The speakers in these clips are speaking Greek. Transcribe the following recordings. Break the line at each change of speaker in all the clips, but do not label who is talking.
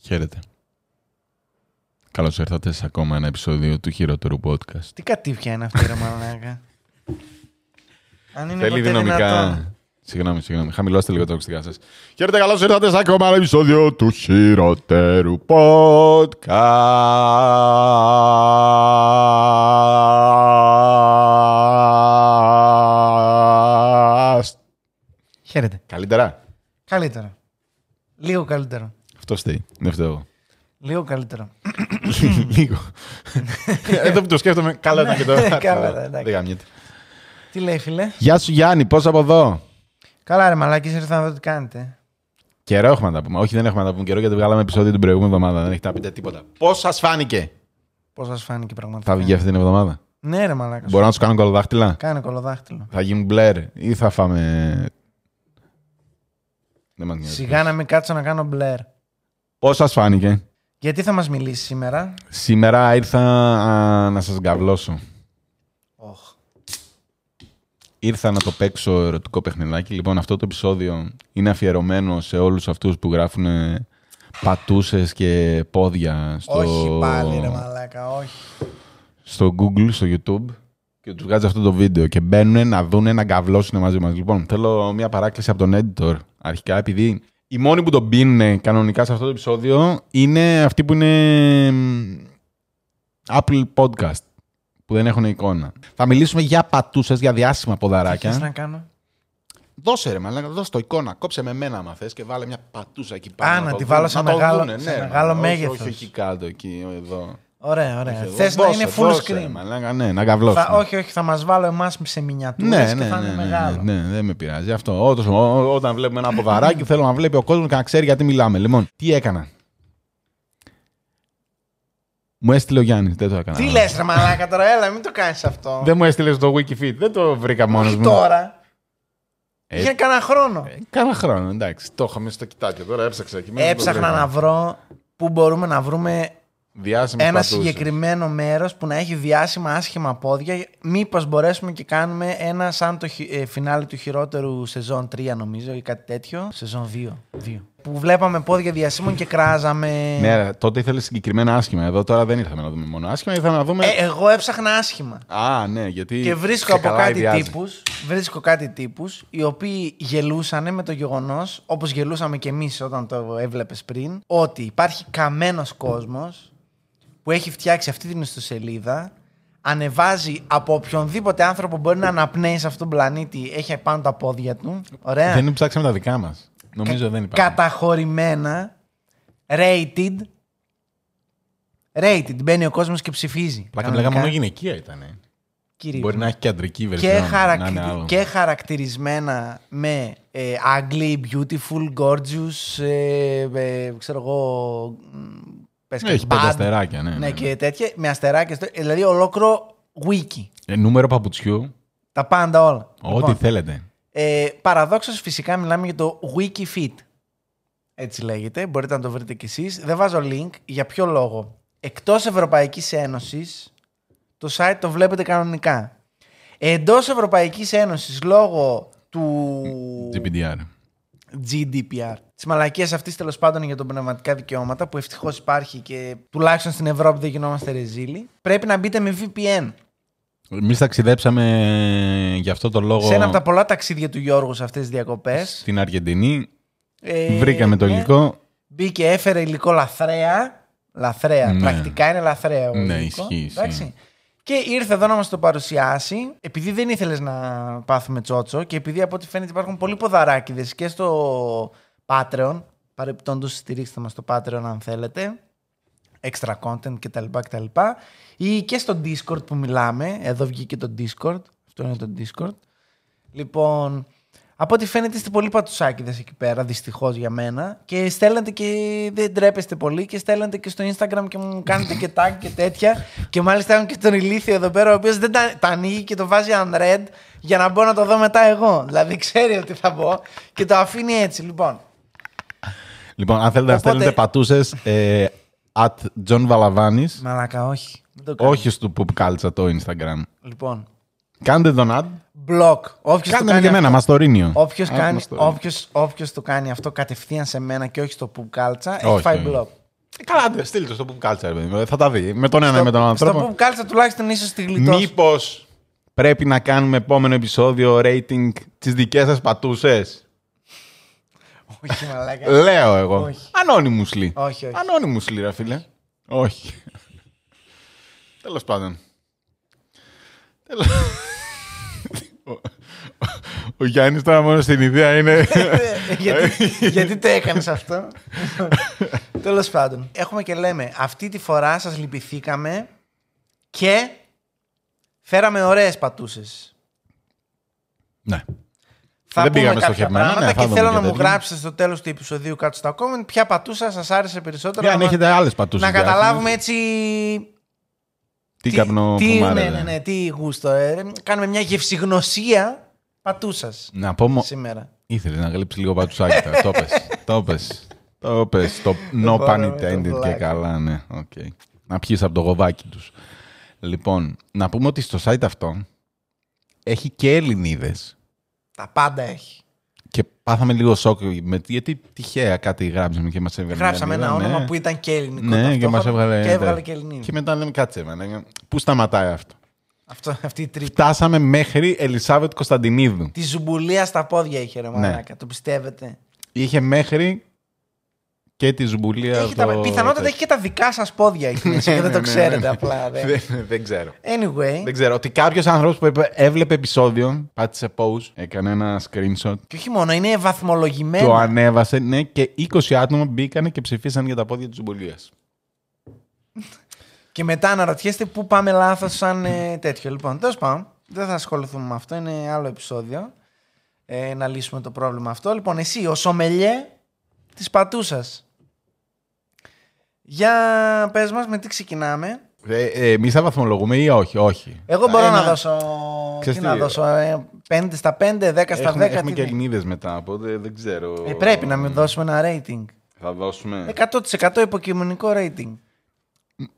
Χαίρετε. Καλώς ήρθατε σε ακόμα ένα επεισόδιο του χειρότερου podcast.
Τι κατήφια είναι αυτή η μαλάκα. Αν είναι
Θέλει
ποτέ
δυναμικά.
δυνατόν.
Συγγνώμη, συγγνώμη. Χαμηλώστε λίγο τα ακουστικά σας. Χαίρετε, καλώς ήρθατε σε ακόμα ένα επεισόδιο του χειρότερου podcast.
Χαίρετε.
Καλύτερα.
Καλύτερο. Λίγο καλύτερο.
Αυτό στέει. Είναι Ναι, αυτό.
Λίγο καλύτερο.
Λίγο. Εδώ που το σκέφτομαι, καλά ήταν και το.
Ναι, καλά ήταν, εντάξει.
Δεν γαμιέται.
Τι λέει, φίλε.
Γεια σου Γιάννη, πώς από εδώ.
Καλά, ρε μαλάκι, ήρθα να δω τι κάνετε.
Καιρό έχουμε να τα πούμε. Όχι, δεν έχουμε να τα πούμε καιρό γιατί βγάλαμε επεισόδιο την προηγούμενη εβδομάδα. Δεν έχετε να πείτε τίποτα. Πώς σας φάνηκε.
Πώς σας φάνηκε πραγματικά.
Θα βγει αυτή την εβδομάδα.
Ναι, ρε μαλάκα.
Μπορώ να του κάνω κολοδάχτυλα.
Κάνε κολοδάχτυλο.
Θα γίνουν μπλερ ή θα φάμε. Δεν μας νοιάζει.
Σιγά να μην κάτσω να κάνω μπλερ.
Πώς σας φάνηκε.
Γιατί θα μας μιλήσεις σήμερα.
Σήμερα ήρθα α, να σας γκαβλώσω.
Οχ.
Ήρθα να το παίξω ερωτικό παιχνιδάκι. Λοιπόν, αυτό το επεισόδιο είναι αφιερωμένο σε όλους αυτούς που γράφουν πατούσες και πόδια στο,
Όχι πάλι, ρε μαλάκα, όχι.
στο Google, στο YouTube και τους βγάζει αυτό το βίντεο και μπαίνουν να δουν να γκαβλώσουν μαζί μας. Λοιπόν, θέλω μια παράκληση από τον editor. Αρχικά, επειδή οι μόνοι που τον πίνουν κανονικά σε αυτό το επεισόδιο είναι αυτοί που είναι μ, Apple Podcast που δεν έχουν εικόνα. Θα μιλήσουμε για πατούσες, για διάσημα
Τι θες
ποδαράκια.
να κάνω.
Δώσε ρε μαλάκα, δώσε το εικόνα. Κόψε με μένα άμα θες και βάλε μια πατούσα εκεί πάνω.
Α, να
το
τη
δουν,
βάλω σε
να το
μεγάλο-
δούνε,
σε
ναι,
μεγάλο
όχι,
μέγεθος.
Όχι, εκεί κάτω, εκεί, εδώ.
Ωραία,
Όχι,
ωραία.
εδώ.
Θες να
Δώσε,
είναι full
δώσε, ρε
screen.
μαλάκα, ναι, να καβλώσουμε.
Θα- όχι, όχι, θα μας βάλω εμάς σε μινιατούρες
Ναι, ναι,
και
ναι,
θα είναι
ναι,
μεγάλο.
ναι, ναι, δεν με πειράζει αυτό. Όντως, ό, ό, όταν βλέπουμε ένα ποδαράκι, θέλω να βλέπει ο κόσμος και να ξέρει γιατί μιλάμε. Λοιπόν, τι έκανα. Μου έστειλε ο Γιάννης, δεν το έκανα.
Τι λες, ρε μαλάκα τώρα, έλα, μην το κάνεις αυτό.
Δεν μου έστειλες το WikiFeed, δεν το βρήκα μόνο
Όχι
μου.
τώρα.
Ε,
Για κανένα χρόνο.
ε, Κάνα χρόνο, εντάξει. Το είχαμε στο κοιτάκι, τώρα έψαξα εκεί. μέσα, δεν το
Έψαχνα
βρήκα.
να βρω πού μπορούμε να βρούμε
Διάσημες
ένα
πατούσες.
συγκεκριμένο μέρος που να έχει διάσημα άσχημα πόδια. Μήπως μπορέσουμε και κάνουμε ένα σαν το χι- ε, φινάλι του χειρότερου σεζόν 3, νομίζω, ή κάτι τέτοιο. Σεζόν 2. 2. Που βλέπαμε πόδια διασύμων και κράζαμε.
Ναι, ρε, τότε ήθελε συγκεκριμένα άσχημα. Εδώ τώρα δεν ήρθαμε να δούμε μόνο άσχημα, ήρθαμε να δούμε.
Ε, εγώ έψαχνα άσχημα.
Α, ναι, γιατί.
Και βρίσκω από
καλά
κάτι
ιδιάζει.
τύπους, βρίσκω κάτι τύπους, οι οποίοι γελούσανε με το γεγονός, όπως γελούσαμε και εμείς όταν το έβλεπες πριν, ότι υπάρχει καμένος κόσμος που έχει φτιάξει αυτή την ιστοσελίδα, ανεβάζει από οποιονδήποτε άνθρωπο που μπορεί να αναπνέει σε αυτόν τον πλανήτη, έχει πάνω τα πόδια του, ωραία,
Δεν ψάξαμε τα δικά μας. Νομίζω δεν υπάρχει.
καταχωρημένα, rated, rated, μπαίνει ο κόσμος και ψηφίζει.
Πλάκα
Κανονικά.
πλάκα μόνο γυναικεία ήταν.
Κυρίως.
Μπορεί να έχει και αντρική
ναι. και,
βερσιόν.
χαρακτη-
να είναι άλλο.
και χαρακτηρισμένα με ε, ugly, beautiful, gorgeous, ε, ε, ξέρω εγώ, μ, πες και
Έχει
bad,
πέντε αστεράκια, ναι. ναι,
Ναι,
ναι.
και τέτοια, με αστεράκια, στο- ε, δηλαδή ολόκληρο wiki,
Ε, νούμερο παπουτσιού,
τα πάντα όλα. Λοιπόν,
ό,τι θέλετε.
ε, παραδόξως φυσικά μιλάμε για το wikifit, έτσι λέγεται, μπορείτε να το βρείτε κι εσείς. Δεν βάζω link, για ποιο λόγο. Εκτός Ευρωπαϊκής Ένωσης, το site το βλέπετε κανονικά. Εντός Ευρωπαϊκής Ένωσης, λόγω του...
GPDR.
GDPR. Της μαλακίας αυτής τέλος πάντων για τα πνευματικά δικαιώματα που ευτυχώς υπάρχει και τουλάχιστον στην Ευρώπη δεν γινόμαστε ρεζίλοι. Πρέπει να μπείτε με VPN.
Εμείς ταξιδέψαμε γι' αυτό το λόγο
Σε ένα από τα πολλά ταξίδια του Γιώργου σε αυτές τις διακοπές.
στην Αργεντινή.
Ε,
Βρήκαμε
ναι.
το υλικό.
Μπήκε, έφερε υλικό λαθρέα. Λαθρέα.
Ναι.
Πρακτικά είναι λαθρέα.
Ναι,
υλικό.
ισχύει, ισχύει.
Εντάξει. Και ήρθε εδώ να μας το παρουσιάσει. Επειδή δεν ήθελες να πάθουμε τσότσο και επειδή από ό,τι φαίνεται υπάρχουν πολλοί ποδαράκιδε και στο Patreon. Παρεπιπτόντω, στηρίξτε μας στο Patreon αν θέλετε. Extra content κτλ. κτλ. Ή και στο Discord που μιλάμε. Εδώ βγήκε το Discord. Αυτό είναι το Discord. Λοιπόν, από ό,τι φαίνεται είστε πολύ πατουσάκιδε εκεί πέρα, δυστυχώς για μένα. Και στέλνετε και δεν τρέπεστε πολύ και στέλνετε και στο Instagram και μου κάνετε και tag και τέτοια. και μάλιστα έχουν και τον ηλίθιο εδώ πέρα, ο οποίος δεν τα, τα ανοίγει και το βάζει unread για να μπορώ να το δω μετά εγώ. Δηλαδή ξέρει ότι θα πω και το αφήνει έτσι. Λοιπόν,
Λοιπόν, αν θέλετε να
Οπότε-
στέλνετε πατούσες. At John Βαλαβάνη.
μαλάκα, όχι. Δεν το κάνω.
Όχι στο Poop Culture το Instagram.
Λοιπόν,
Κάντε τον ad.
block. Όποιος το
Κάντε με
κάνει
και εμένα, Μαστορίνιο.
Όποιο
Άντε,
κάνει,
Μαστορίνιο.
όποιος, όποιος το κάνει αυτό κατευθείαν σε μένα και όχι στο Pub Culture, έχει
Όχι,
φάει
όχι.
block.
Ε, Καλά, ντε, στείλ το στο Pop Culture, παιδί μου. Ε, Θα τα δει. Με τον ένα ή με τον άλλο
Στο
άνθρωπο.
pop culture τουλάχιστον ίσω τη γλιτώσει.
Μήπως πρέπει να κάνουμε επόμενο επεισόδιο rating τις δικές σας πατούσες.
Όχι, μαλάκα.
Λέω εγώ.
Όχι.
Anonymously.
Όχι, όχι.
Anonymously, ρε φίλε. Όχι. Τέλος πάντων. Τέλος- Ο- Ο Γιάννης τώρα μόνο στην ιδέα είναι.
γιατί, γιατί το έκανες αυτό. Τέλος πάντων. Έχουμε και λέμε, αυτή τη φορά σας λυπηθήκαμε και φέραμε ωραίες πατούσες.
Ναι.
Θα
Δεν
πούμε
πήγαμε
κάποια
στοχευμένα, ναι,
πράγματα
θα
και
δούμε
θέλω
και
να μου
τέτοια.
γράψετε στο τέλος του επεισοδίου κάτω στα comment ποια πατούσα σας άρεσε περισσότερο.
Για Ναι, αν
να μα-
έχετε άλλες πατούσες.
να καταλάβουμε έτσι.
Τι καπνό
τι, ναι,
φουμάρετε.
ναι, ναι, τι γούστο. ε. Κάνουμε μια γευσιγνωσία πατούσας
Να πω μο-
σήμερα.
Ήθελες να γλύψεις λίγο πατουσάκι τώρα. Το πες. Το πες. Το πες. Το
Δεν
no
μπορώ
pun
με το
intended και
βλάκα.
καλά, ναι. οκ. Να πιείς από το γοβάκι τους. Λοιπόν, να πούμε ότι στο site αυτό έχει και Ελληνίδες
Τα πάντα έχει.
και πάθαμε λίγο σοκ με- γιατί τυχαία κάτι γράψαμε και μας έβγαλε. μια
Γράψαμε ένα
Ελληνίδα,
όνομα
Ε, ναι.
που ήταν και ελληνικό.
Ναι, και μας
ταυτόχρονα
έβγαλε.
Και έβγαλε
ναι.
και ελληνίδα.
Και μετά λέμε κάτσε. μάνα, Πού σταματάει αυτό.
Αυτό, αυτή η τρύπα.
Φτάσαμε μέχρι Ελισάβετ Κωνσταντινίδου.
Τη ζουμπουλία στα πόδια είχε
Ναι.
ρε μαλάκα, το πιστεύετε.
Είχε μέχρι και της ζουμπουλία.
Έχει τα...
Ε, το-
Πιθανότατα έχει και τα δικά σας πόδια εκεί μέσα και δεν το
Ναι, ναι,
ξέρετε
ναι.
απλά. Δε.
Δεν- Δεν ξέρω.
Anyway,
Δεν ξέρω. Ότι κάποιος άνθρωπος που έβλεπε επεισόδιο, πάτησε pause, έκανε ένα screenshot,
και όχι μόνο, είναι
το
βαθμολογημένο.
ανέβασε, ναι, και 20 άτομα μπήκανε και ψηφίσαν για τα πόδια της Ζουμπουλία.
Και μετά αναρωτιέστε πού πάμε λάθος σαν ε, τέτοιο. Λοιπόν, τέλος πάντων, δεν θα ασχοληθούμε με αυτό, είναι άλλο επεισόδιο. Ε, να λύσουμε το πρόβλημα αυτό. Λοιπόν, εσύ, ο σομελιέ της πατούσας. Για πες μας με τι ξεκινάμε.
Ε, ε, Εμείς θα βαθμολογούμε ή όχι, όχι.
Εγώ μπορώ
Ένα-
να δώσω.
Ξέρεις
τι
τι,
να
ε,
δώσω, ε, 5 στα 5, 10 στα
Έχουμε,
10.
έχουμε
τι
και
δεν-
Ελληνίδες μετά, οπότε δεν ξέρω.
ε, πρέπει να μην Ε, δώσουμε ένα rating.
Θα δώσουμε.
100% υποκειμενικό rating.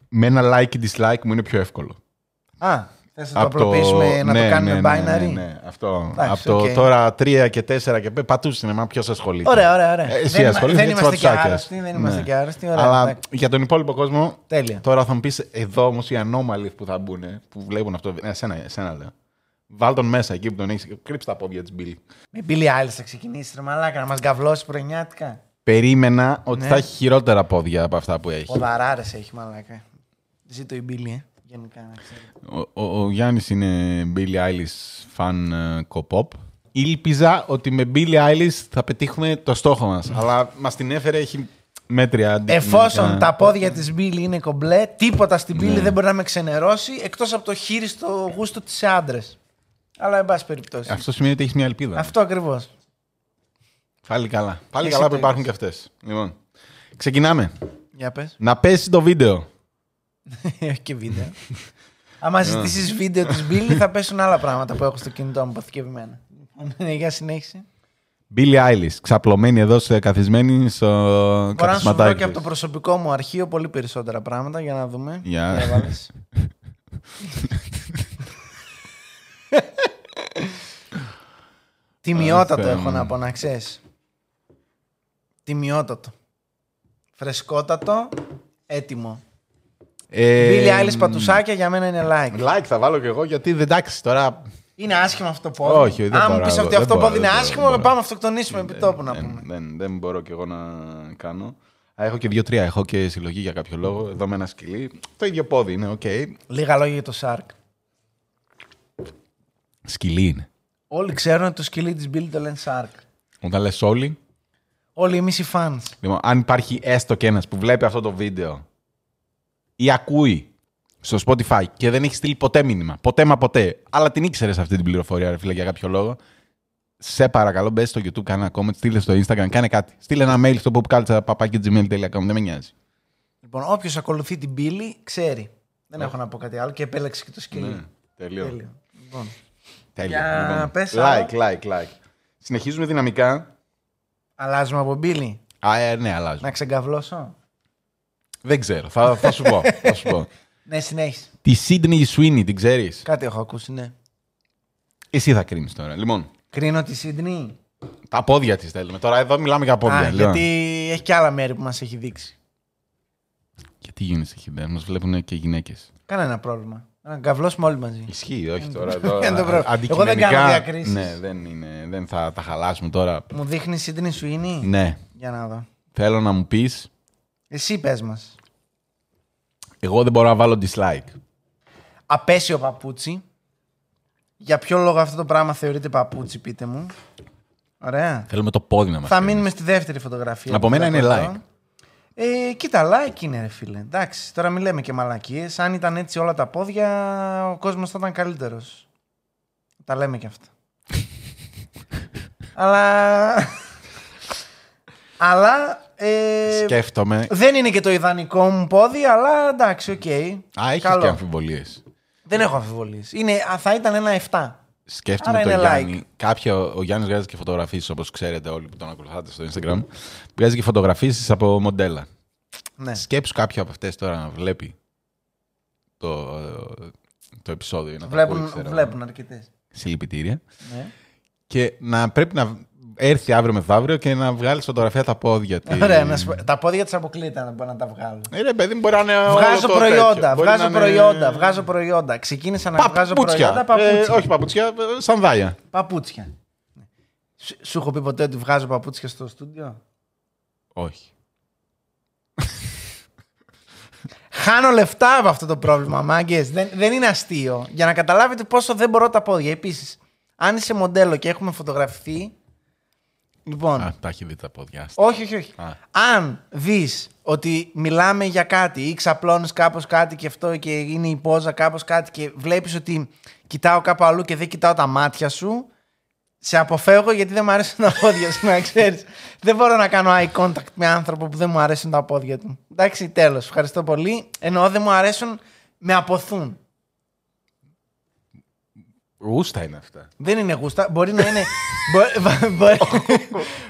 Με ένα like ή dislike μου είναι πιο εύκολο.
Α, θες να το
Απ'
απλοποιήσουμε, να
ναι,
το κάνουμε
ναι, ναι,
binary.
ναι, ναι, αυτό.
Εντάξει,
Από το
οκ.
τώρα 3 και 4 και 5 πατούσε είναι, μα ποιος ασχολείται.
Ωραία, ωραία, ωραία.
Ε, Εσύ
Δεν είμα-
ασχολείσαι
δεν
με τις
είμαστε και
πατουσάκιας.
άρρωστοι, δεν είμαστε
Ναι.
και άρρωστοι, ωραία,
Αλλά
εντάξει.
για τον υπόλοιπο κόσμο.
Τέλεια.
Τώρα θα μου πεις εδώ όμως οι ανώμαλοι που θα μπουν, που βλέπουν αυτό. Ε, Εσένα, εσένα λέω. Βάλ τον μέσα εκεί που τον έχεις. Κρύψε τα πόδια της Μπίλη.
Με Billy Eilish θα ξεκινήσει ρε μαλάκα να μας γκαβλώσει πρωινιάτικα.
Περίμενα ότι
Ναι.
θα έχει χειρότερα πόδια από αυτά που έχει.
Ποδαράρες έχει μαλάκα. Ζήτω η Billy, ε, γενικά να ξέρετε.
Ο, ο, ο Γιάννης είναι Billie Eilish fan ε, κοπόπ. Ήλπιζα ότι με Billie Eilish θα πετύχουμε το στόχο μας. αλλά μας την έφερε, έχει μέτρια αντικειμενικά.
Εφόσον τα πόδια της Billy είναι κομπλέ, τίποτα στην Billy
Ναι.
δεν μπορεί να με ξενερώσει εκτός από το χείριστο γούστο της σε άντρε. Αλλά εν πάση περιπτώσει.
Αυτό σημαίνει ότι έχεις μια ελπίδα.
Αυτό ακριβώς.
Πάλι καλά. Πάλι
Εσύ
καλά
το
που υπάρχουν και αυτές. Λοιπόν, ξεκινάμε.
Για πες.
Να πέσει το βίντεο.
Έχει και βίντεο.
Ναι.
Άμα ζητήσεις βίντεο της Billy, θα πέσουν άλλα πράγματα που έχω στο κινητό μου αποθηκευμένα. Λοιπόν, Για συνέχιση.
Billie Eilish, ξαπλωμένη εδώ, σε- καθισμένη στο
Μπορώ να σου βρω
καθισματάκι
και από το
της.
προσωπικό μου αρχείο πολύ περισσότερα πράγματα για να δούμε.
Γεια.
Τι έβαλες. Τιμιότατο
Θεέ
έχω
μου.
να πω, να ξέρεις. Τιμιότατο. Φρεσκότατο, έτοιμο.
Ε,
Μπίλι άλλες πατουσάκια για μένα είναι like.
Like θα βάλω κι εγώ γιατί δεν τάξει τώρα.
Είναι άσχημο αυτό το πόδι.
Όχι, δεν
Αν μου
μπορώ,
πεις
εγώ,
ότι
δεν
αυτό
μπορώ,
πόδι είναι
δεν Ε, μπορώ,
άσχημο,
δεν
να
μπορώ.
πάμε να αυτοκτονήσουμε επί τόπου Ε, να
δεν,
πούμε.
Δεν, δεν μπορώ κι εγώ να κάνω. Α, Έχω και δύο-τρία. Έχω και συλλογή για κάποιο λόγο. Εδώ με ένα σκυλί. Το ίδιο πόδι είναι, οκ.
Λίγα λόγια για το Shark.
Σκυλί είναι.
Όλοι ξέρουν ότι το σκυλί της Billy το λένε Shark.
Όταν λες όλοι.
Όλοι εμείς οι fans.
Λοιπόν, αν υπάρχει έστω και ένας που βλέπει αυτό το βίντεο ή ακούει στο Spotify και δεν έχει στείλει ποτέ μήνυμα, ποτέ μα ποτέ, αλλά την ήξερες αυτή την πληροφορία, ρε φίλε, για κάποιο λόγο, σε παρακαλώ μπες στο YouTube, κάνε ένα comment, στείλε στο Instagram, κάνε κάτι. Στείλε ένα mail στο popculture.gmail.com, δεν με νοιάζει.
Λοιπόν, όποιος ακολουθεί την πύλη ξέρει. Δεν έχω να πω κάτι άλλο και επέλεξε και το σκύλι.
Τέλειο.
Ναι, Τέλειο. Λοιπόν,
Τέλεια.
Για
Ναι. Λοιπόν,
πες άλλο.
like, like, like. Συνεχίζουμε δυναμικά.
αλλάζουμε από πύλη.
Α, ε, ναι, αλλάζουμε.
Να ξεγκαβλώσω.
Δεν ξέρω. Θα, θα σου πω. θα σου πω.
Ναι, συνέχισε.
Τη Sydney Sweeney, την ξέρεις.
Κάτι έχω ακούσει, ναι.
Εσύ θα κρίνεις τώρα. Λοιπόν,
Κρίνω τη Σίδνη.
τα πόδια της θέλουμε. Τώρα εδώ μιλάμε για πόδια.
Α,
λοιπόν.
γιατί έχει και άλλα μέρη που μας έχει δείξει.
Γιατί γίνεσαι χιδέα, μας βλέπουν και γυναίκες.
Κανένα πρόβλημα. Να καβλώσουμε όλοι μαζί.
Ισχύει, όχι
Είναι
τώρα.
το-
τώρα
είναι το πρόβλημα. Εγώ δεν κάνω
αντικειμενικά,
διακρίσεις.
Ναι, δεν, είναι, δεν θα τα χαλάσουμε τώρα.
Μου δείχνει Σίντνη Σουίνι.
Ναι,
Για να δω.
θέλω να μου πεις.
Εσύ πες μας.
Εγώ δεν μπορώ να βάλω dislike.
Απέσιο παπούτσι. Για ποιο λόγο αυτό το πράγμα θεωρείται παπούτσι, πείτε μου. Ωραία.
Θέλουμε το πόδι να μας
Θα μείνουμε στη δεύτερη φωτογραφία.
Από μένα είναι
Διακόπτω.
like.
Ε, κοίτα, like είναι, ρε φίλε. Εντάξει, τώρα μην λέμε και μαλακίες. Αν ήταν έτσι όλα τα πόδια, ο κόσμος θα ήταν καλύτερος. Τα λέμε κι αυτά. Αλλά. Αλλά. ε,
Σκέφτομαι.
δεν είναι και το ιδανικό μου πόδι, αλλά εντάξει, οκ.
Α, έχεις
Καλό.
και αμφιβολίες.
Δεν έχω αμφιβολίες. Είναι, α, θα ήταν ένα 7.
Σκέφτομαι
Άρα
τον
είναι
Γιάννη. Κάποιο, ο Γιάννης βγάζει και φωτογραφίε, όπως ξέρετε όλοι που τον ακολουθάτε στο Instagram. Βγάζει και φωτογραφίε από μοντέλα.
Ναι.
Σκέψου κάποιο από αυτές τώρα να βλέπει το, ε, το επεισόδιο. ή Να τα
Βλέπουν,
ακούει, ξέρω εγώ.
βλέπουν αρκετές.
Συλληπιτήρια.
Ναι.
Και να πρέπει να έρθει αύριο μεθαύριο και να βγάλει φωτογραφία τα πόδια της.
Ωραία, να σου πω, τα πόδια της αποκλείται να μπορώ να τα βγάλω.
Ε, ρε, παιδί μου, μπορεί να είναι. όλο
Βγάζω
το τέτοιο.
προϊόντα,
Μπορεί
βγάζω
να είναι-
προϊόντα, βγάζω προϊόντα. Ξεκίνησα να βγάζω προϊόντα
Παπούτσια. Ε,
παπούτσια.
όχι παπούτσια, ε, σανδάλια.
Παπούτσια. Ναι. Σου, σου έχω πει ποτέ ότι βγάζω παπούτσια στο στούντιο.
Όχι.
Χάνω λεφτά από αυτό το πρόβλημα, μάγκες. Δεν, δεν είναι αστείο. Για να καταλάβετε πόσο δεν μπορώ τα πόδια. Επίσης, αν είσαι μοντέλο και έχουμε φωτογραφηθεί. Λοιπόν.
Α, τα έχει δει τα πόδια. άστα.
Όχι, όχι, όχι.
Α.
Αν δεις ότι μιλάμε για κάτι ή ξαπλώνεις κάπως κάτι και αυτό και είναι η πόζα κάπως κάτι και βλέπεις ότι κοιτάω κάπου αλλού και δεν κοιτάω τα μάτια σου, σε αποφεύγω γιατί δεν μου αρέσουν τα πόδια σου, να ξέρεις. δεν μπορώ να κάνω eye contact με άνθρωπο που δεν μου αρέσουν τα πόδια του. Εντάξει, τέλος. Ευχαριστώ πολύ. Εννοώ δεν μου αρέσουν, με αποθούν.
Γούστα είναι αυτά.
Δεν είναι γούστα. Μπορεί να είναι. μπορεί, μπορεί,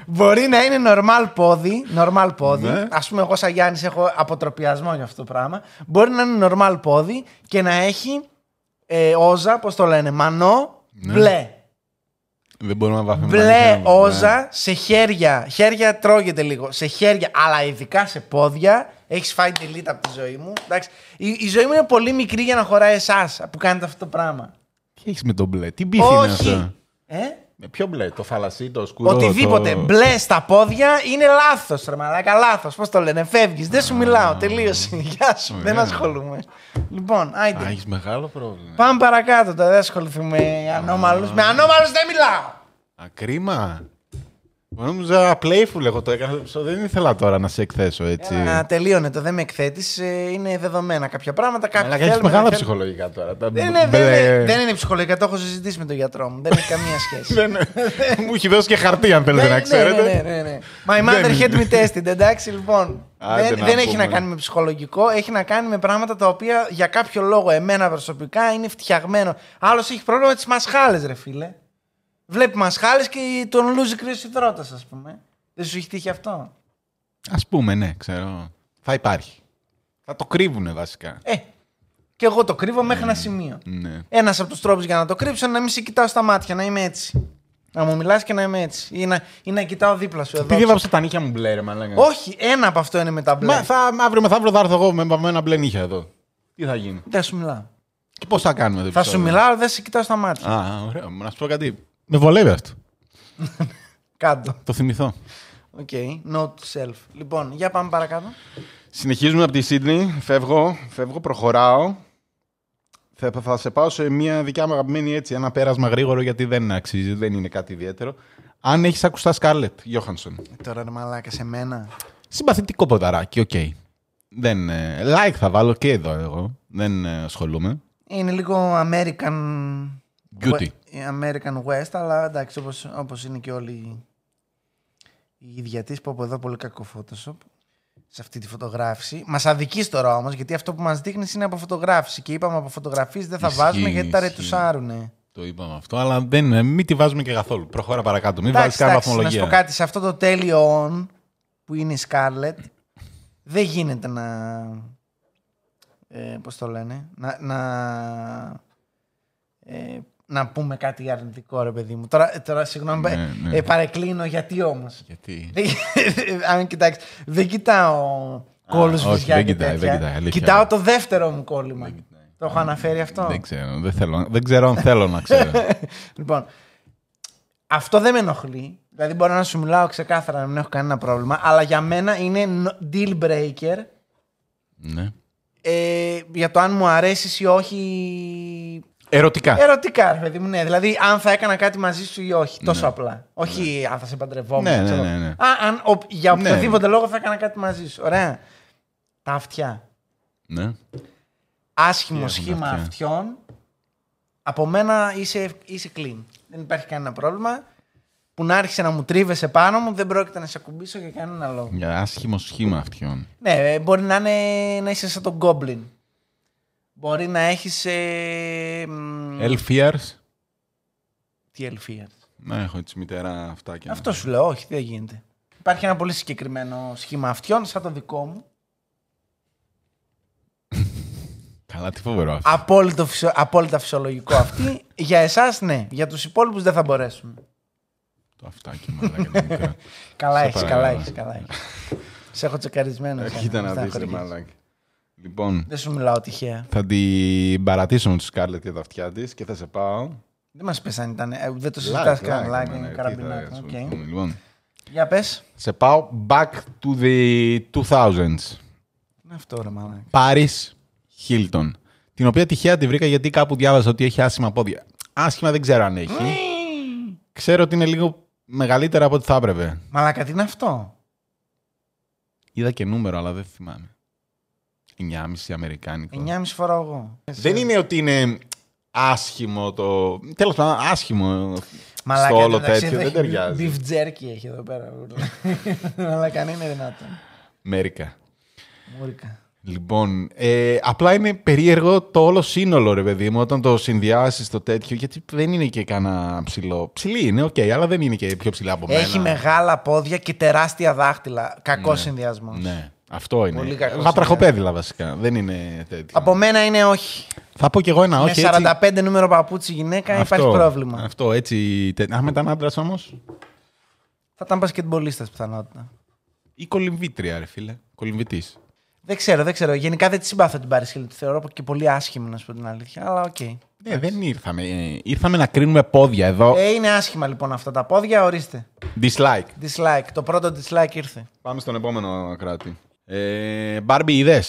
μπορεί να είναι normal πόδι. Normal πόδι.
Ναι.
Ας πούμε, εγώ σαν Γιάννης έχω αποτροπιασμό για αυτό το πράγμα. Μπορεί να είναι normal πόδι και να έχει ε, όζα, πώς το λένε, μανό,
Ναι.
μπλε.
Δεν μπορούμε να βάφουμε.
Μπλε
μανίκια,
όζα
ναι.
σε χέρια. Χέρια τρώγεται λίγο. Σε χέρια, αλλά ειδικά σε πόδια. Έχεις φάει delete από τη ζωή μου. Εντάξει. Η, η ζωή μου είναι πολύ μικρή για να χωράει εσάς που κάνετε αυτό το πράγμα.
Τι έχεις με το μπλε, τι μπίφι είναι
Όχι.
αυτό.
Ε?
Με ποιο μπλε, το θαλασσί, το σκούρο.
Οτιδήποτε
το...
μπλε στα πόδια είναι λάθος, ρε Μαλάκα. Λάθος. Πώς το λένε, φεύγεις. Δεν σου
Mm.
μιλάω. Τελείωσε. Γεια σου. Δεν
Ωραία.
ασχολούμαι. Λοιπόν,
Α,
άιντε.
έχεις μεγάλο πρόβλημα.
Πάμε παρακάτω τώρα. Δεν ασχοληθούμε με ανώμαλους. Με ανώμαλους δεν μιλάω.
Α, κρίμα. Εγώ νόμιζα playful εγώ το έκανα. το επεισόδιο. Δεν ήθελα τώρα να σε εκθέσω έτσι.
Να τελείωνε το. Δεν με εκθέτεις. Είναι δεδομένα κάποια πράγματα. Κάποιοι
Αλλά έχεις
θέλουμε,
μεγάλα
δεν θέλουμε.
ψυχολογικά τώρα. Τα
Δεν είναι,
μπλε.
Ε, ναι, δεν, είναι, δεν είναι ψυχολογικά. Το έχω συζητήσει με τον γιατρό μου. Δεν έχει καμία σχέση.
Δεν είναι. Μου έχει δώσει και χαρτί, αν θέλετε
Ναι,
να
ναι,
ξέρετε.
ναι, ναι, ναι. My mother had me tested, εντάξει λοιπόν.
Άντε
δεν
να
δεν έχει
πούμε.
να κάνει με ψυχολογικό, έχει να κάνει με πράγματα τα οποία για κάποιο λόγο εμένα προσωπικά είναι φτιαγμένο. Άλλος έχει πρόβλημα με τις μασχάλες, ρε φίλε. Βλέπει μασχάλες και τον λούζει κρύο υδρότα, ας πούμε. Δεν σου έχει τύχει αυτό.
Ας πούμε, ναι, ξέρω. Θα υπάρχει. Θα το κρύβουνε βασικά.
Ε, και εγώ το κρύβω μέχρι ένα σημείο.
Ναι.
Ένας από τους τρόπους για να το κρύψω είναι να μην σε κοιτάω στα μάτια, να είμαι έτσι. Να μου μιλάς και να είμαι έτσι. Ή να, ή να κοιτάω δίπλα σου.
Τι
Εδώ.
διέβαψα τα νύχια μου μπλε, ρε μαλάκα.
Όχι, ένα από αυτό είναι με τα μπλε.
Μα, θα, αύριο μεθαύριο θα έρθω εγώ με, με ένα μπλε νύχια εδώ. Τι θα γίνει.
Δεν σου μιλάω.
Και πώς θα κάνουμε το
Θα σου
επεισόδιο.
μιλάω, δεν σε κοιτάω στα μάτια.
Α, ωραία. Να σου πω κάτι. Με βολεύει αυτό.
Κάντο.
Το θυμηθώ.
Οκ. Note to self. Λοιπόν, για πάμε παρακάτω.
Συνεχίζουμε από τη Σίδνη. Φεύγω, φεύγω, προχωράω. Θα, θα σε πάω σε μια δικιά μου αγαπημένη έτσι, ένα πέρασμα γρήγορο γιατί δεν αξίζει, δεν είναι κάτι ιδιαίτερο. Αν έχεις ακουστά Σκάρλετ Γιώχανσον.
Ε, Τώρα ρε μαλάκα σε μένα.
Συμπαθητικό ποδαράκι, οκ. Δεν, ε, like θα βάλω και εδώ εγώ. Δεν ε, ασχολούμαι.
Είναι λίγο American...
Beauty.
We- American West, αλλά εντάξει, όπως, όπως είναι και όλοι η ίδια της, που από εδώ πολύ κακό Photoshop σε αυτή τη φωτογράφηση. Μας αδικείς τώρα όμως, γιατί αυτό που μας δείχνεις είναι από φωτογράφηση. Και είπαμε από φωτογραφίε δεν θα
Ισχύει,
βάζουμε γιατί τα
ισχύει.
ρετουσάρουνε.
Το είπαμε αυτό, αλλά δεν, ε, μην τη βάζουμε και καθόλου. Προχώρα παρακάτω. Μην βάζει
Εντάξει,
καν
εντάξει, να σου πω
βαθμολογία.
κάτι. Σε αυτό το τέλειο on που είναι η Scarlett, δεν γίνεται να. Ε, πώς το λένε, να. να ε, να πούμε κάτι αρνητικό, ρε παιδί μου. Τώρα, ε, τώρα συγγνώμη,
Ναι,
ε,
ναι.
ε, παρεκκλίνω γιατί όμως.
Γιατί.
Αν κοιτάξεις, δεν κοιτάω κόλου
όχι,
φυσικά.
δεν
και
κοιτάει, δεν
τέτοια.
κοιτάει, αλήθεια.
Κοιτάω το δεύτερο μου κόλλημα.
κοιτάει.
Το έχω αναφέρει αυτό.
Δεν ξέρω. Δεν, θέλω, δεν ξέρω αν θέλω να ξέρω.
Λοιπόν, αυτό δεν με ενοχλεί. Δηλαδή μπορώ να σου μιλάω ξεκάθαρα, να μην έχω κανένα πρόβλημα. Αλλά για μένα είναι no- deal breaker
ναι.
ε, για το αν μου αρέσεις ή όχι.
Ερωτικά.
Ε, Ερωτικά, ρε παιδί μου, ναι. Δηλαδή, αν θα έκανα κάτι μαζί σου ή όχι. Τόσο απλά. Όχι αν θα σε παντρευόμουν.
Ναι, ναι,
ξέρω.
ναι, ναι.
Α, αν, ο- για
Ναι.
οποιοδήποτε λόγο θα έκανα κάτι μαζί σου. Ωραία. Τα αυτιά.
Ναι.
Άσχημο
Τι έχουν τα
σχήμα
αυτιά.
αυτιών. Από μένα είσαι, είσαι clean. Δεν υπάρχει κανένα πρόβλημα. Που να άρχισε να μου τρίβεσαι πάνω μου, δεν πρόκειται να σε ακουμπήσω για κανένα λόγο.
Για άσχημο σχήμα αυτιών.
Ναι, ε, μπορεί να, είναι, να είσαι σαν τον Goblin. Μπορεί να έχει. Ε, μ,
Elfiars.
Τι ελφία.
Να έχω έτσι μητέρα αυτά και
Αυτό σου λέω, όχι, δεν γίνεται. Υπάρχει ένα πολύ συγκεκριμένο σχήμα αυτιών, σαν το δικό μου.
Καλά, τι φοβερό αυτό.
Απόλυτο, φυσιο- απόλυτα φυσιολογικό αυτή. Για εσάς, ναι. Για τους υπόλοιπους δεν θα μπορέσουν.
Το αυτάκι μου. αλλά και τα μικρά.
Καλά
Σε
έχεις, καλά
παρακαλώ.
έχεις. Καλά έχεις. Σε έχω τσεκαρισμένο.
Ε,
εσένα,
Κοίτα
μην
να δεις, ρε
στεναχωρείς.
μαλάκι. Λοιπόν,
Δεν σου μιλάω τυχαία.
θα την παρατήσω με τη Σκάρλετ για τα αυτιά της και θα σε πάω.
Δεν μας πει αν ήταν. ε, Δεν το συζητά καν.
εμένα,
Λάγκ,
τι
καραμπινά.
θα
οκ.
ασχοληθούμε, Λοιπόν,
Για πες.
σε πάω back to the 2000s.
Αυτό ρε μάνα.
Πάρη Χίλτον. Την οποία τυχαία τη βρήκα γιατί κάπου διάβαζα ότι έχει άσχημα πόδια. Άσχημα δεν ξέρω αν
Mm.
έχει. Ξέρω ότι είναι λίγο μεγαλύτερα από ό,τι θα έπρεπε.
Μαλάκα, τι είναι αυτό.
Είδα και νούμερο, αλλά δεν θυμάμαι. 9,5 Αμερικάνικο.
9,5 φορά εγώ.
Δεν είναι ότι είναι άσχημο το. Τέλος πάντων, άσχημο.
Μαλάκα,
στο όλο
εντάξει,
τέτοιο
εδώ
δεν
έχει
ταιριάζει.
Beef jerky έχει εδώ πέρα. Μαλάκα, ναι, είναι δυνατόν.
Μέρικα.
Μούρικα.
Λοιπόν, ε, απλά είναι περίεργο το όλο σύνολο, ρε παιδί μου, όταν το συνδυάσεις το τέτοιο, γιατί δεν είναι και κανένα ψηλό. Ψηλή είναι, οκ, αλλά δεν είναι και πιο ψηλά από μένα.
Έχει μεγάλα πόδια και τεράστια δάχτυλα. Κακός συνδυασμός.
Ναι, αυτό είναι.
Πολύ κακός
Βατραχοπέδιλα βασικά. Δεν είναι τέτοιο.
Από μένα είναι όχι.
Θα πω κι εγώ ένα, όχι.
Με
έτσι.
45 νούμερο παπούτσι γυναίκα υπάρχει πρόβλημα.
Αυτό έτσι. τε- Α, μετά άντρας όμως.
Θα ήταν μπασκετμπολίστας πιθανότητα.
Ή κολυμβήτρια, ρε φίλε. Κολυμβητής.
Δεν ξέρω, δεν ξέρω. Γενικά δεν τη συμπάθω την Πάρη Χίλτον. Τη θεωρώ και πολύ άσχημη, να σου πω την αλήθεια. Αλλά οκ.
Ναι, δεν ήρθαμε. ε, Ήρθαμε να κρίνουμε πόδια εδώ.
Ε, είναι άσχημα λοιπόν αυτά τα πόδια, ορίστε.
Dislike.
Dislike. Το πρώτο dislike ήρθε.
Πάμε στον επόμενο κράτη. Ε, Μπάρμπι, είδε.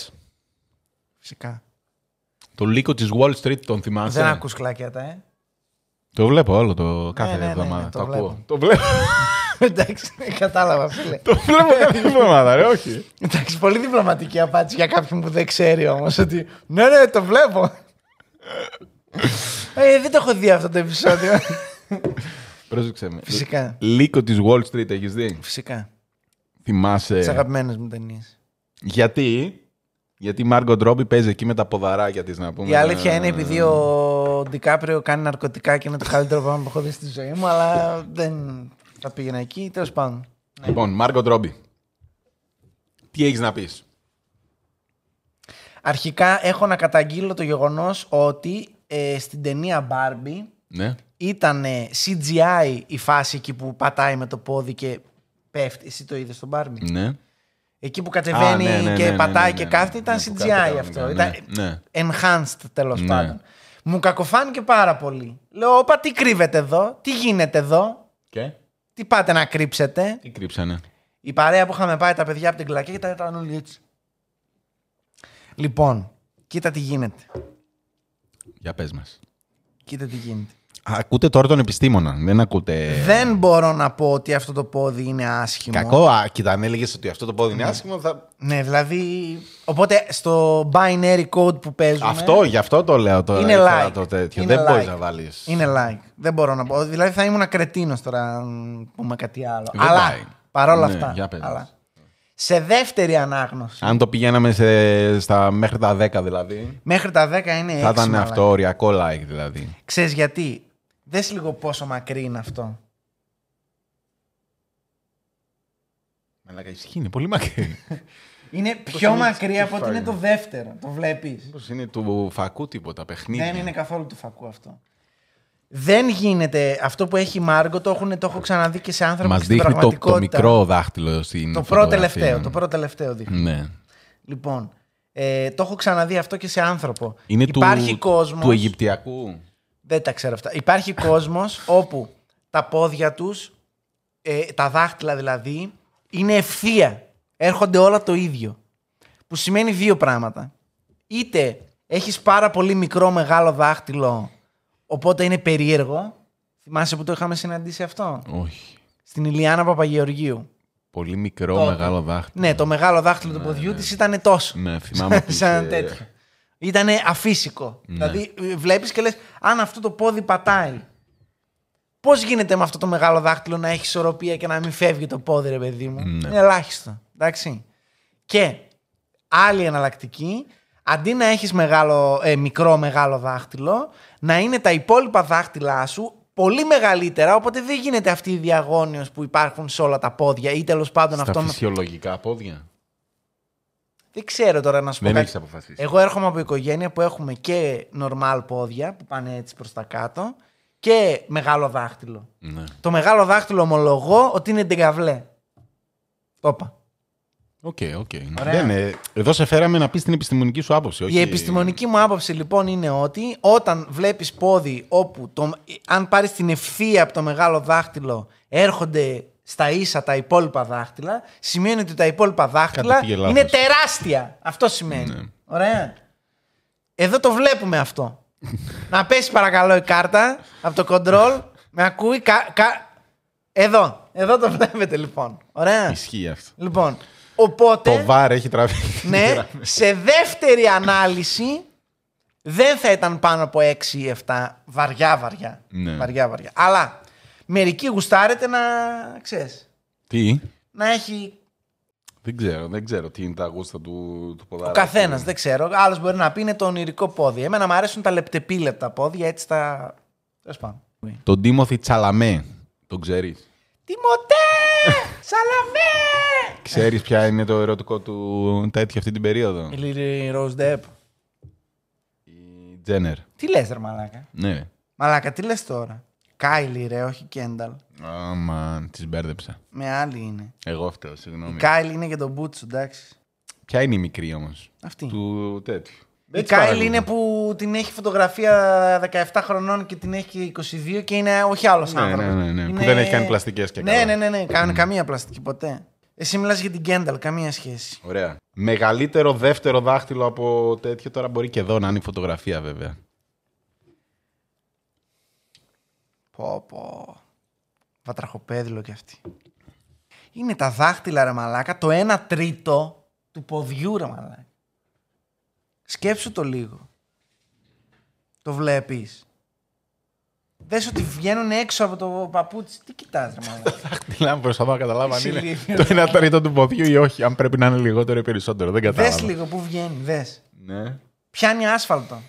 Φυσικά.
Το λύκο της Wall Street τον θυμάσαι.
Δεν ακούς κλακέτα, ε.
Το βλέπω όλο το κάθε
ναι, ναι, ναι,
εβδομάδα.
το
το,
βλέπω.
ακούω. Το βλέπω,
Εντάξει, κατάλαβα, φίλε.
το βλέπω κάθε εβδομάδα, ρε, όχι.
Εντάξει, πολύ διπλωματική απάντηση για κάποιον που δεν ξέρει όμως. ότι ναι, ναι, το βλέπω. ε, δεν το έχω δει αυτό το επεισόδιο.
Πρόσεξε με.
Φυσικά.
Λύκο της Wall Street έχεις δει.
Φυσικά. Τι
Θυμάσαι.
αγαπημένες μου ταινίες.
Γιατί. Γιατί η Μάργκο Ντρόμπι παίζει εκεί με τα ποδαράκια της, να πούμε.
Η αλήθεια είναι επειδή ο Ντικάπριο κάνει ναρκωτικά και είναι το καλύτερο πράγμα που έχω δει στη ζωή μου, αλλά δεν θα πήγαινα εκεί. Τέλος πάντων.
Λοιπόν, Μάργκο Ντρόμπι. Τι έχεις να πεις.
Αρχικά έχω να καταγγείλω το γεγονός ότι ε, στην ταινία Barbie
Ναι.
ήταν CGI η φάση εκεί που πατάει με το πόδι και πέφτει. Εσύ το είδες στον Barbie.
Ναι.
Εκεί που κατεβαίνει
Α, ναι, ναι,
και
ναι, ναι,
πατάει
ναι,
και
ναι,
κάθεται
ναι,
ήταν
ναι, που
CGI
κάθεται
αυτό.
κανονικά,
ήταν
ναι, ναι.
enhanced τέλος
Ναι.
πάντων. Μου κακοφάνηκε πάρα πολύ. Λέω, όπα, τι κρύβεται εδώ, τι γίνεται εδώ,
Και.
τι πάτε να κρύψετε.
Τι κρύψανε.
Η παρέα που είχαμε πάει τα παιδιά από την κλακιά ήταν, ήταν όλοι έτσι. Λοιπόν, κοίτα τι γίνεται.
Για πες μας.
Κοίτα τι γίνεται.
Ακούτε τώρα τον επιστήμονα. Δεν ακούτε.
Δεν μπορώ να πω ότι αυτό το πόδι είναι άσχημο.
Ε. Κακό. Α, κοίτα, αν έλεγες ότι αυτό το πόδι είναι άσχημο, θα.
Ναι, δηλαδή. Οπότε στο binary code που παίζουμε.
Αυτό, γι' αυτό το λέω τώρα.
Είναι
ήθελα
like.
Το τέτοιο.
Είναι
Δεν
like.
μπορείς να βάλεις.
Είναι like. Δεν μπορώ να πω. Δηλαδή θα ήμουν κρετίνο τώρα αν πούμε κάτι άλλο.
Δεν
αλλά
πάει.
παρόλα
Ναι,
αυτά.
για πες
αλλά,
μας.
σε δεύτερη ανάγνωση.
Αν το πηγαίναμε σε, στα, μέχρι τα 10 δηλαδή.
Μέχρι τα 10 είναι
Θα
Ναι, έξι.
ήταν
μαλάκα.
αυτό οριακό like δηλαδή.
Ξέρεις γιατί. Δες λίγο πόσο μακρύ είναι αυτό.
Μαλάκα, ισχύει, είναι πολύ μακρύ.
Είναι πιο
είναι
μακρύ
το
από ότι είναι
φάγμα.
το δεύτερο. Το βλέπεις.
Μήπως είναι του φακού
Ναι,
τίποτα, παιχνίδι.
Δεν είναι καθόλου του φακού αυτό. Δεν γίνεται αυτό που έχει η Μάργκο, το, έχουν, το έχω ξαναδεί και σε άνθρωπο
Μας
και στην
δείχνει το, το
πραγματικότητα.
μικρό δάχτυλο στην.
Το πρώτο
φωτογραφία.
τελευταίο, το πρώτο τελευταίο δείχνει.
Ναι.
Λοιπόν, ε, το έχω ξαναδεί αυτό και σε άνθρωπο.
Είναι
Υπάρχει
του,
κόσμος...
του Αιγυπτιακού.
Δεν τα ξέρω αυτά. Υπάρχει κόσμος όπου τα πόδια τους, ε, τα δάχτυλα δηλαδή, είναι ευθεία. Έρχονται όλα το ίδιο. Που σημαίνει δύο πράγματα. Είτε έχεις πάρα πολύ μικρό μεγάλο δάχτυλο, οπότε είναι περίεργο. Θυμάσαι που το είχαμε συναντήσει αυτό.
Όχι.
Στην Ηλιάνα Παπαγεωργίου.
Πολύ μικρό,
Τότε.
μεγάλο δάχτυλο.
Ναι, το μεγάλο δάχτυλο του ποδιού της ήταν τόσο.
Ναι, θυμάμαι. ε, που
σαν
είχε- Ναι.
τέτοιο. Ήταν αφύσικο. Δηλαδή, βλέπεις και λες, αν αυτό το πόδι πατάει. Πώς γίνεται με αυτό το μεγάλο δάχτυλο να έχει ισορροπία και να μην φεύγει το πόδι, ρε παιδί μου.
Ναι.
Είναι ελάχιστο. Εντάξει. Και άλλη εναλλακτική, αντί να έχεις μεγάλο, ε, μικρό μεγάλο δάχτυλο, να είναι τα υπόλοιπα δάχτυλά σου πολύ μεγαλύτερα, οπότε δεν γίνεται αυτή η διαγώνιος που υπάρχουν σε όλα τα πόδια ή τέλος πάντων
Στα
αυτόν.
φυσιολογικά πόδια.
Δεν ξέρω τώρα να σου πω
Δεν
κάτι.
έχει αποφασίσει.
Εγώ έρχομαι από οικογένεια που έχουμε και νορμάλ πόδια που πάνε έτσι προς τα κάτω και μεγάλο δάχτυλο.
Ναι.
Το μεγάλο δάχτυλο ομολογώ ότι είναι ντεγκαβλέ. Το είπα.
Οκ, οκ.
Ωραία.
Δεν, ε, εδώ σε φέραμε να πεις την επιστημονική σου άποψη. Όχι...
Η επιστημονική μου άποψη λοιπόν είναι ότι όταν βλέπεις πόδι όπου το, αν πάρεις την ευθεία από το μεγάλο δάχτυλο έρχονται στα ίσα τα υπόλοιπα δάχτυλα, σημαίνει ότι τα υπόλοιπα δάχτυλα
πήγε λάθος.
είναι τεράστια. Αυτό σημαίνει.
Ναι.
Ωραία. Εδώ το βλέπουμε αυτό. Να πέσει παρακαλώ η κάρτα από το control. Με ακούει. Κα, κα- Εδώ. Εδώ το βλέπετε λοιπόν. Ωραία.
Ισχύει αυτό.
Λοιπόν, οπότε...
Το βάρ έχει τραβήξει.
Ναι, σε δεύτερη ανάλυση δεν θα ήταν πάνω από 6 ή 7. Βαριά, βαριά.
Ναι.
Βαριά, βαριά. Αλλά μερικοί γουστάρετε να ξέρεις,
Τι.
να έχει
Δεν ξέρω, δεν ξέρω τι είναι τα γούστα του, του ποδάρα.
ο καθένας, δεν ξέρω. Άλλος μπορεί να πει είναι το ονειρικό πόδι. Εμένα μου αρέσουν τα λεπτεπίλεπτα πόδια, έτσι τα. Τέλος πάντων.
Τον Τίμωθη Τσαλαμέ. Τον ξέρεις.
Τιμωτέ! Σαλαμέ!
Ξέρεις ποια είναι το ερωτικό του τέτοιο αυτή την περίοδο.
Η Λίλι Ροζ Ντεπ.
Η Τζένερ.
Τι λες, ρε Μαλάκα.
Ναι. ρε.
Μαλάκα, τι λες τώρα. Κάιλι, ρε, όχι Κένταλ.
Αμαν, τις μπέρδεψα.
Με άλλη είναι.
Εγώ φταίω,
Η
συγγνώμη.
Κάιλι είναι και τον Μπούτσου, εντάξει.
Ποια είναι η μικρή όμως.
Αυτή.
Του τέτοιου.
Η Κάιλι είναι που την έχει φωτογραφία 17 χρονών και την έχει και 22 και είναι όχι άλλος
Ναι,
άνθρωπος.
ναι, ναι, ναι. Που δεν έχει κάνει πλαστικές και
ναι,
καλά.
ναι, ναι, ναι. Κάνει καμία πλαστική ποτέ. Εσύ μιλάς για την Κένταλ, καμία σχέση.
Ωραία. Μεγαλύτερο δεύτερο δάχτυλο από τέτοιο τώρα μπορεί και εδώ να είναι η φωτογραφία βέβαια.
Πω, πω. Βατραχοπέδιλο κι αυτή. Είναι τα δάχτυλα, ρε μαλάκα, το 1 τρίτο του ποδιού, ρε μαλάκα. Σκέψου το λίγο. Το βλέπεις. Δες ότι βγαίνουν έξω από το παπούτσι. Τι κοιτάς, ρε μαλάκα.
Δάχτυλα, προσπαθώ να καταλάβω αν
Εσύ
είναι
λίγο.
το ένα τρίτο του ποδιού ή όχι. Αν πρέπει να είναι λιγότερο ή περισσότερο. Δεν
δες
κατάλαβα.
λίγο που βγαίνει, δες.
Ναι.
Πιάνει άσφαλτο.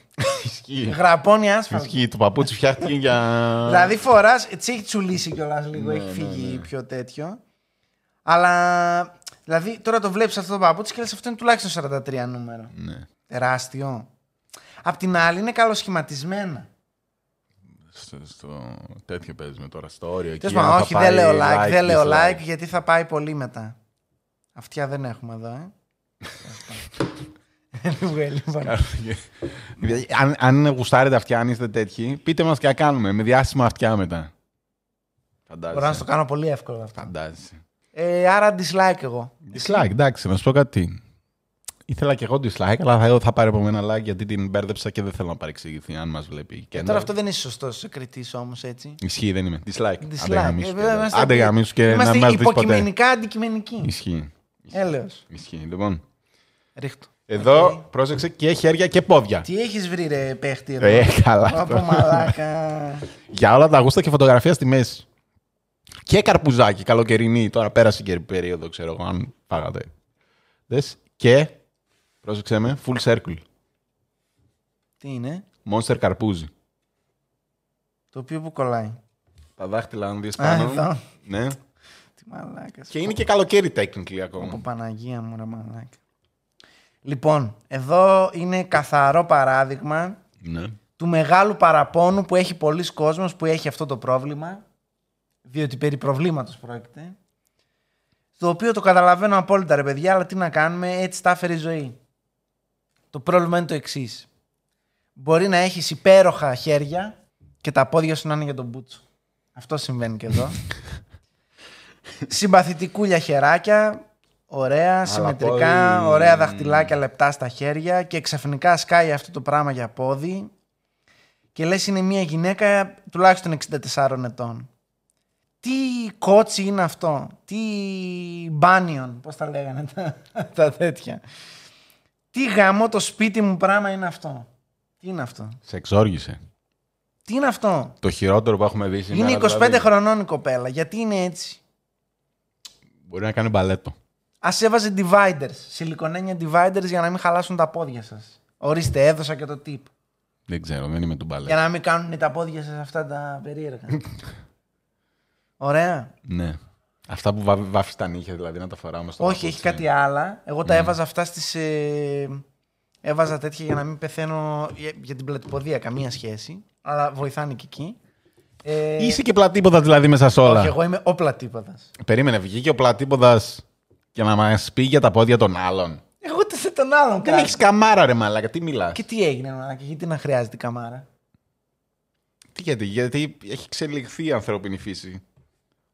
Ισχύει.
Γραπώνει άσφαλτο.
Ισχύει. Το παπούτσι φτιάχτηκε για.
Δηλαδή φοράς. Έτσι έχει τσουλήσει κιόλας λίγο,
Ναι,
έχει φύγει πιο τέτοιο. Αλλά. Δηλαδή τώρα το βλέπεις αυτό το παπούτσι και λες αυτό είναι τουλάχιστον 43 νούμερο.
Ναι.
Τεράστιο. Απ' την άλλη είναι καλοσχηματισμένα.
Στο, στο τέτοιο παίζουμε τώρα, στο όριο. εκεί,
Τέλος
αν
πάντων,
θα
όχι,
πάει
δεν λέω like, δεν λέω
dislike.
like, γιατί θα πάει πολύ μετά. Αυτιά δεν έχουμε εδώ, ε. Anyway, λοιπόν.
αν, αν γουστάρετε αυτιά, αν είστε τέτοιοι, πείτε μας και να κάνουμε με διάσημα αυτιά μετά.
Μπορώ να στο
Φαντάζεσαι.
κάνω πολύ εύκολα αυτό.
Φαντάζεσαι.
Ε, άρα dislike εγώ.
Dislike, εντάξει, να σου πω κάτι. Ήθελα και εγώ dislike, αλλά θα, θα πάρει από μένα like γιατί την μπέρδεψα και δεν θέλω να παρεξηγηθεί αν μας βλέπει. η Kendall.
Ε, Τώρα αυτό δεν είσαι σωστό κριτής όμως, έτσι.
Ισχύει, δεν είμαι. Dislike. Άντε
Dislike.
γαμίσου
Ε,
και,
βέβαια, είμαστε-
Άντε γαμίσου και να
Είμαστε
μην μας δεις ποτέ.
υποκειμενικά αντικειμενικοί.
Ισχύει.
Έλεος.
Ισχύει. Λοιπόν,
Ρίχτω. Ε,
εδώ πρόσεξε και χέρια και πόδια.
Τι έχεις βρει ρε παίχτη ρε.
Ε, καλά.
Από μαλάκα.
Για όλα τα γούστα και φωτογραφία στη μέση. Και καρπουζάκι καλοκαιρινή. Τώρα πέρασε η καιρή περίοδο, ξέρω εγώ, αν φάγατε. Δες. Και, πρόσεξε με, full circle.
Τι είναι.
Monster καρπούζι.
Το οποίο που κολλάει.
Τα δάχτυλα, αν δεις
Α,
πάνω.
εδώ.
ναι.
Τι μαλάκας.
Και είναι και καλοκαίρι technically
Από
ακόμα.
Παναγία μου ρε μαλάκα. Λοιπόν, εδώ είναι καθαρό παράδειγμα
Ναι.
του μεγάλου παραπώνου που έχει πολλοί κόσμος που έχει αυτό το πρόβλημα. Διότι περί προβλήματος πρόκειται. Το οποίο το καταλαβαίνω απόλυτα, ρε παιδιά, αλλά τι να κάνουμε, έτσι τα έφερε η ζωή. Το πρόβλημα είναι το εξής. Μπορεί να έχεις υπέροχα χέρια και τα πόδια σου να είναι για τον μπούτσο. Αυτό συμβαίνει και εδώ. Συμπαθητικούλια χεράκια, ωραία, συμμετρικά,
πόδι.
ωραία δαχτυλάκια λεπτά στα χέρια και ξαφνικά σκάει αυτό το πράγμα για πόδι και λες είναι μια γυναίκα τουλάχιστον 64 ετών. Τι κότσι είναι αυτό, τι μπάνιον, πώς τα λέγανε τα, τα τέτοια. Τι γαμό το σπίτι μου πράγμα είναι αυτό. Τι είναι αυτό.
Σε εξόργησε.
Τι είναι αυτό.
Το χειρότερο που έχουμε δει σήμερα.
Είναι 25
δηλαδή,
χρονών η κοπέλα. Γιατί είναι έτσι.
Μπορεί να κάνει μπαλέτο.
Ας έβαζε dividers, σιλικονένια dividers για να μην χαλάσουν τα πόδια σας. Ορίστε, έδωσα και το tip.
Δεν ξέρω, δεν είμαι του μπαλέτο.
Για να μην κάνουν τα πόδια σας αυτά τα περίεργα. Ωραία.
Ναι. Αυτά που βα... βάφεις τα νύχια, δηλαδή να τα φοράμε στο. Ναι.
Όχι, έχει κάτι άλλα. Εγώ τα έβαζα αυτά στις. Ε, έβαζα τέτοια για να μην πεθαίνω για, για την πλατυποδία. Καμία σχέση. Αλλά βοηθάνε και εκεί. Ε,
Είσαι και πλατύποδας δηλαδή μέσα σε όλα.
όχι, εγώ είμαι ο πλατύπαδας.
Περίμενε, βγήκε ο πλατύποδας για να μας πει για τα πόδια των άλλων.
Εγώ τε τον άλλον.
Δεν
κάτι.
έχει καμάρα, ρε μαλάκα, τι μιλάς.
Και τι έγινε, μαλάκα, γιατί να χρειάζεται η καμάρα.
Τι γιατί, γιατί έχει εξελιχθεί η ανθρώπινη φύση.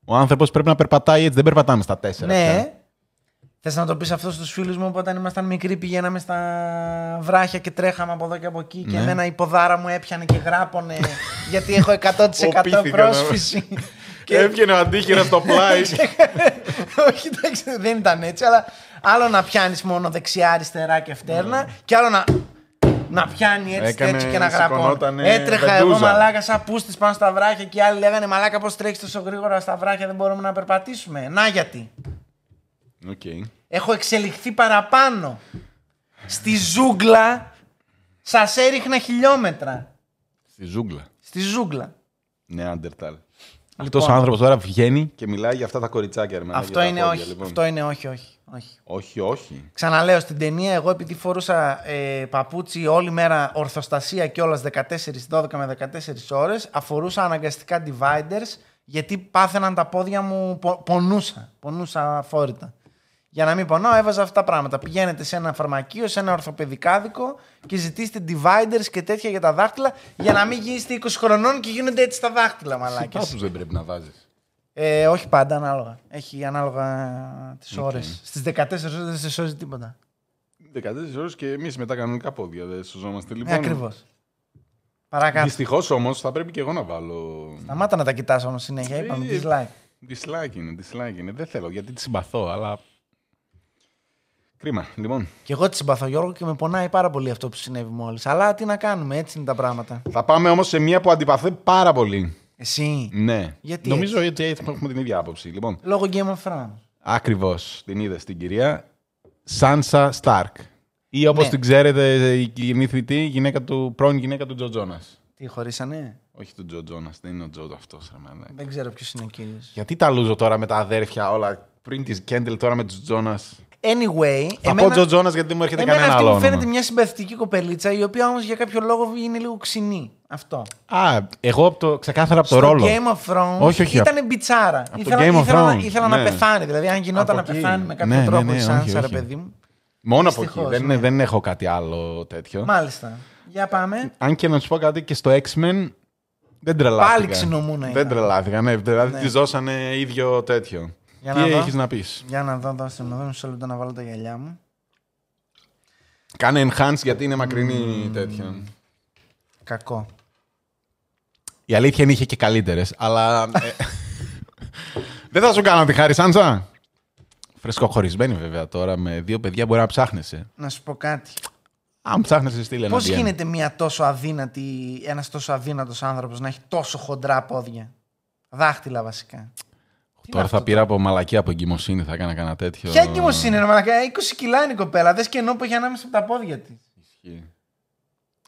Ο άνθρωπος πρέπει να περπατάει έτσι, δεν περπατάμε στα τέσσερα. πια.
Ναι. Θες να το πεις αυτό στους φίλους μου που όταν ήμασταν μικροί πηγαίναμε στα βράχια και τρέχαμε από εδώ και από εκεί και
Ναι.
εμένα η ποδάρα μου έπιανε και γράπωνε γιατί έχω 100%
Ο πίθηκος,
πρόσφυση. και...
Έβγαινε ο αντίχειρα στο πλάι.
Όχι, εντάξει, δεν ήταν έτσι, αλλά άλλο να πιάνεις μόνο δεξιά, αριστερά και φτέρνα και άλλο να. Να πιάνει έτσι,
Ναι. Έκανε-
έτσι και να γραπώνει.
σηκωνότανε
Έτρεχα εγώ
βεντούζα.
μαλάκα σαν πούστης πάνω στα βράχια και οι άλλοι λέγανε Μαλάκα πώς τρέχεις τόσο γρήγορα στα βράχια, δεν μπορούμε να περπατήσουμε. Να γιατί.
Οκ.
Έχω εξελιχθεί παραπάνω. Στη ζούγκλα σας έριχνα χιλιόμετρα.
Στη ζούγκλα.
Στη ζούγκλα.
Ναι, Άντερταλ. Αυτός ο άνθρωπος τώρα βγαίνει και μιλάει για αυτά τα κοριτσάκια. ρε μαλάκα,
αυτό,
για τα
είναι
πόδια,
όχι,
λοιπόν.
αυτό είναι όχι, όχι, όχι.
Όχι, όχι.
Ξαναλέω, στην ταινία εγώ επειδή φορούσα ε, παπούτσι όλη μέρα ορθοστασία και όλας 14, 12 με 14 ώρες, αφορούσα αναγκαστικά dividers γιατί πάθαιναν τα πόδια μου, πο- πονούσα, πονούσα αφόρητα. Για να μην πονάω έβαζα αυτά τα πράγματα. Πηγαίνετε σε ένα φαρμακείο, σε ένα ορθοπαιδικάδικο και ζητήστε dividers και τέτοια για τα δάχτυλα για να μην γίνεστε 20 χρονών και γίνονται έτσι τα δάχτυλα μαλάκες.
Τάσου δεν πρέπει να βάζεις.
Ε, όχι πάντα, ανάλογα. Έχει ανάλογα τις ώρες. Στις 14 ώρες δεν σε σώζει τίποτα.
14 ώρες και εμείς με τα κανονικά πόδια δεν σωζόμαστε
Ε,
λοιπόν.
Ακριβώς. Παρακάτω.
Δυστυχώς όμως θα πρέπει και εγώ να βάλω.
Σταμάτα να τα κοιτάς όμως συνέχεια. Είπαμε
Ε,
dislike.
Dislike είναι, dislike είναι. Δεν θέλω γιατί τη συμπαθώ, αλλά. Κρίμα, λοιπόν.
Και εγώ τη συμπαθώ, Γιώργο, και με πονάει πάρα πολύ αυτό που συνέβη μόλις. Αλλά τι να κάνουμε, έτσι είναι τα πράγματα.
Θα πάμε όμως σε μία που αντιπαθώ πάρα πολύ.
Εσύ.
Ναι.
Γιατί
Νομίζω ότι έχουμε την ίδια άποψη. Λοιπόν,
Λόγω Game of Thrones.
ακριβώς την είδες την κυρία Σάνσα Σταρκ. Ή όπως
Ναι.
την ξέρετε, η γεννήθητη γυναίκα του, πρώην γυναίκα του Τζο Τζόνας.
Τι χωρίσανε.
Όχι του Τζο Τζόνας, δεν είναι ο Τζο αυτό.
Δεν ξέρω ποιος είναι ο κύριος.
Γιατί τα λούζω τώρα με τα αδέρφια όλα πριν τη Κέντελ, τώρα με τους Τζόνας.
Anyway,
Θα πω Τζο Τζόνας γιατί δεν μου έρχεται
εμένα
κανένα
αυτή
άλλο.
μου
όνομα.
φαίνεται μια συμπαθητική κοπελίτσα, η οποία όμως για κάποιο λόγο είναι λίγο ξινή. Αυτό.
Α, εγώ από το, ξεκάθαρα από το
Στο
ρόλο.
Game of Thrones
Όχι, όχι.
ήταν μπιτσάρα.
το
Ήθελα,
Game of
ήθελα να-
Thrones,
ήθελα να
ναι.
πεθάνει. Δηλαδή, αν γινόταν
Από
να
εκεί.
πεθάνει με
Ναι,
κάποιο
ναι,
τρόπο
ναι,
η
όχι,
Σάνσα, ρε
όχι.
παιδί μου.
Μόνο από εκεί.
Δυστυχώς,
Δεν,
ναι.
δεν έχω κάτι άλλο τέτοιο.
Μάλιστα. Για πάμε.
Αν και να σου πω κάτι και στο X-Men δεν τρελάθηκα.
Πάλι ξινομούνα
Δεν
ήταν.
τρελάθηκα, ναι. Δηλαδή
Ναι.
τη δώσανε ίδιο τέτοιο.
Για
Τι
να δω.
έχεις να πεις.
Για να δω, δώστε μου εδώ μισό λεπτό να βάλω τα γυαλιά μου.
Κάνε enhance γιατί είναι μακρινή τέτοια.
Κακό.
Η αλήθεια είναι είχε και καλύτερες, αλλά. ε, δεν θα σου κάνω τη χάρη, Σάντσα. Φρεσκοχωρισμένη βέβαια τώρα με δύο παιδιά μπορεί να ψάχνεσαι.
Να σου πω κάτι.
Αν ψάχνεσαι, στείλε ένα
Πώς
DM.
γίνεται μια τόσο αδύνατη, ένας τόσο αδύνατος άνθρωπος να έχει τόσο χοντρά πόδια. Δάχτυλα βασικά. Τι είναι
Τώρα θα
αυτό
πήρα από μαλακή από εγκυμοσύνη, θα έκανα κανένα τέτοιο.
Ποια εγκυμοσύνη είναι, μαλακά. 20 κιλά είναι η κοπέλα. Δες κενό που έχει ανάμεσα από τα πόδια της.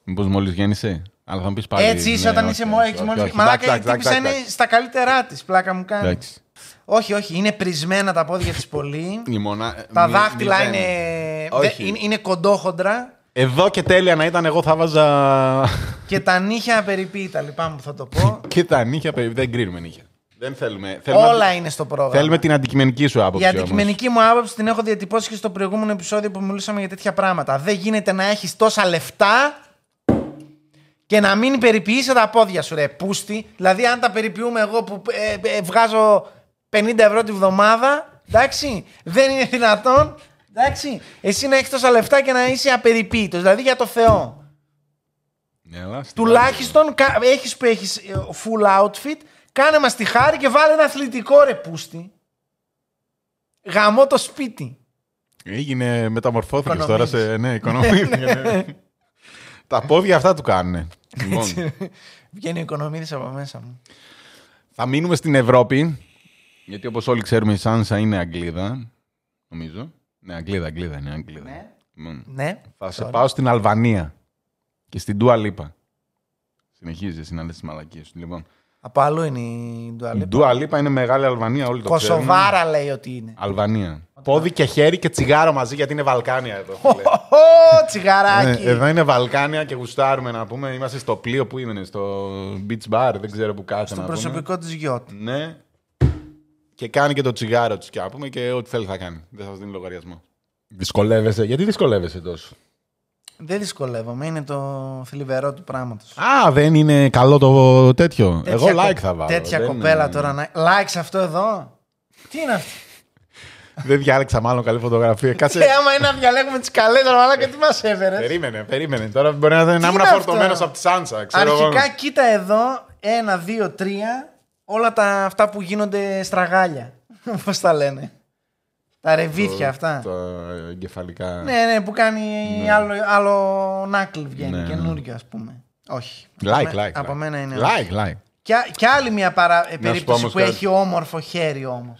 Μήπως μόλις γέννησε. Αλλά θα μου πεις πάλι. ναι,
Έτσι είσαι όταν είσαι μόνο. Έχει μόνο. Μαλάκα η τύπησα είναι στα καλύτερά της. Πλάκα μου κάνει.
Εντάξει.
Όχι, όχι. Είναι πρισμένα τα πόδια της πολύ.
Η μονα-
Τα
μη-
δάχτυλα
μηδέν.
είναι,
Όχι.
δε- είναι, είναι κοντόχοντρα
Εδώ και τέλεια να ήταν, εγώ θα βάζα.
και τα νύχια απεριποίητα. Λυπάμαι που θα το πω.
και τα νύχια, παιδί, δεν κρίνουμε νύχια. Δεν θέλουμε. θέλουμε
Όλα
αντι-
είναι στο πρόγραμμα.
Θέλουμε την αντικειμενική σου
Η
άποψη. όμως.
αντικειμενική μου άποψη την έχω διατυπώσει και στο προηγούμενο επεισόδιο που μιλούσαμε για τέτοια πράγματα. Δεν γίνεται να έχεις τόσα λεφτά και να μην περιποιείσαι τα πόδια σου, ρε πούστη. Δηλαδή, αν τα περιποιούμε εγώ που ε, ε, βγάζω 50 ευρώ τη βδομάδα, εντάξει, δεν είναι δυνατόν. Εντάξει, εσύ να έχεις τόσα λεφτά και να είσαι απεριποίητος. Δηλαδή, για το Θεό.
Ναι, αλλά στην
Τουλάχιστον έχεις που έχεις full outfit, κάνε μας τη χάρη και βάλε ένα αθλητικό ρε πούστη. Γαμώ το σπίτι.
άλλη- Έγινε μεταμορφώθηκες τώρα
Οικονομίζεις.
σε. Ναι, οικονομία. Τα πόδια αυτά του κάνουν. Λοιπόν,
Βγαίνει ο οικονομίδης από μέσα μου.
θα μείνουμε στην Ευρώπη. Γιατί όπως όλοι ξέρουμε, η Σάνσα είναι Αγγλίδα. Νομίζω. Ναι, Αγγλίδα, Αγγλίδα είναι. Αγγλίδα.
Ναι.
Λοιπόν,
Ναι.
Θα σε
Sorry.
πάω στην Αλβανία και στην Τούα Λίπα. Συνεχίζεις εσύ να λες τις μαλακίες σου. Λοιπόν,
Από αλλού είναι η Ντουαλή.
η Dua Lipa είναι μεγάλη Αλβανία, όλοι το ξέρουν.
Κοσοβάρα λέει ότι είναι.
Αλβανία. Πόδι και χέρι και τσιγάρο μαζί γιατί είναι Βαλκάνια εδώ. φίλε.
Ω,
Ε,
τσιγαράκι.
εδώ είναι Βαλκάνια και γουστάρουμε να πούμε. Είμαστε στο πλοίο που ήμουν, στο beach bar, δεν ξέρω που κάθε
Στο
να
προσωπικό τη γιώτη.
πούμε. Ναι. Και κάνει και το τσιγάρο της και να πούμε και ό,τι θέλει θα κάνει. Δεν θα σας δίνει λογαριασμό. Δυσκολεύεσαι. Γιατί δυσκολεύεσαι τόσο.
Δεν δυσκολεύομαι, είναι το θλιβερό του πράγματος.
Α, δεν είναι καλό το τέτοιο. Εγώ like θα βάλω.
Τέτοια
Δεν-
κοπέλα τώρα. να- Like σε αυτό εδώ. Τι είναι αυτό.
Δεν διάλεξα μάλλον καλή φωτογραφία. Κάτσε.
Ε, άμα είναι να διαλέγουμε τις καλέ, αλλά και τι μας έφερες.
περίμενε, περίμενε. Τώρα μπορεί να, να ήμουν
είναι
φορτωμένο
αυτό?
από τη Σάντσα. Ξέρω εγώ.
Αρχικά κοίτα εδώ, ένα, δύο, τρία, όλα τα αυτά που γίνονται στραγάλια. Πώς τα λένε. Τα ρεβίθια αυτά.
Τα εγκεφαλικά.
Ναι, ναι, που κάνει άλλο, άλλο νάκλι βγαίνει,
Ναι, ναι.
καινούριο ας πούμε. Όχι.
Like,
από,
like.
με- από
like.
μένα είναι. όχι.
Like, like.
Και, και άλλη μια παρα... ε,
πω
περίπτωση
όμως
που
κάτι.
έχει όμορφο χέρι όμως.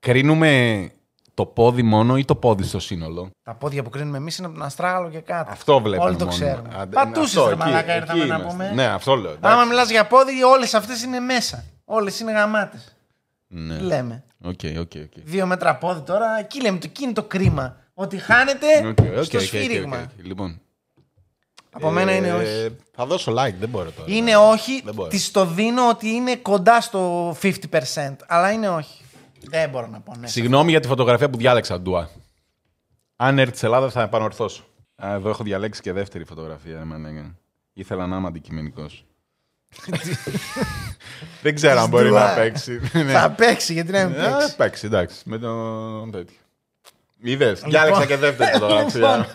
Κρίνουμε το πόδι μόνο ή το πόδι στο σύνολο.
Τα πόδια που κρίνουμε εμείς είναι από τον Αστράγαλο και κάτω.
Αυτό βλέπω.
Όλοι το ξέρουμε. Πατούσες, ρε μαλάκα, ήρθαμε να πούμε.
Ναι, αυτό λέω.
Άμα
εντάξει.
μιλάς για πόδι, όλες αυτές είναι μέσα. Όλες είναι γαμάτες.
Ναι.
Λέμε.
Οκ, οκ, οκ.
δύο μέτρα πόδι τώρα. Εκεί λέμε το κίνητο κρίμα. Ότι χάνεται
Οκ, οκ,
Ε, στο
οκ, οκ,
σφύριγμα.
οκ, οκ. Λοιπόν.
Από μένα είναι
Ε,
όχι.
Θα δώσω like, δεν μπορώ τώρα.
Είναι όχι,
δεν μπορώ.
της το δίνω ότι είναι κοντά στο 50%. Αλλά είναι όχι. Δεν μπορώ να πω ναι.
Συγγνώμη για τη φωτογραφία που διάλεξα, Ντουά. Αν έρθεις στην Ελλάδας θα επανορθώσω. Α, εδώ έχω διαλέξει και δεύτερη φωτογραφία, εμένα, ναι. Ήθελα να είμαι αντικειμενικός. Δεν ξέρω αν
Της
μπορεί
Ντουά.
να παίξει. Ναι.
Θα παίξει, γιατί να μην
Ε,
παίξει.
παίξει, εντάξει. Με το τέτοιο. Είδες. Διάλεξα και δεύτερη φωτογραφία.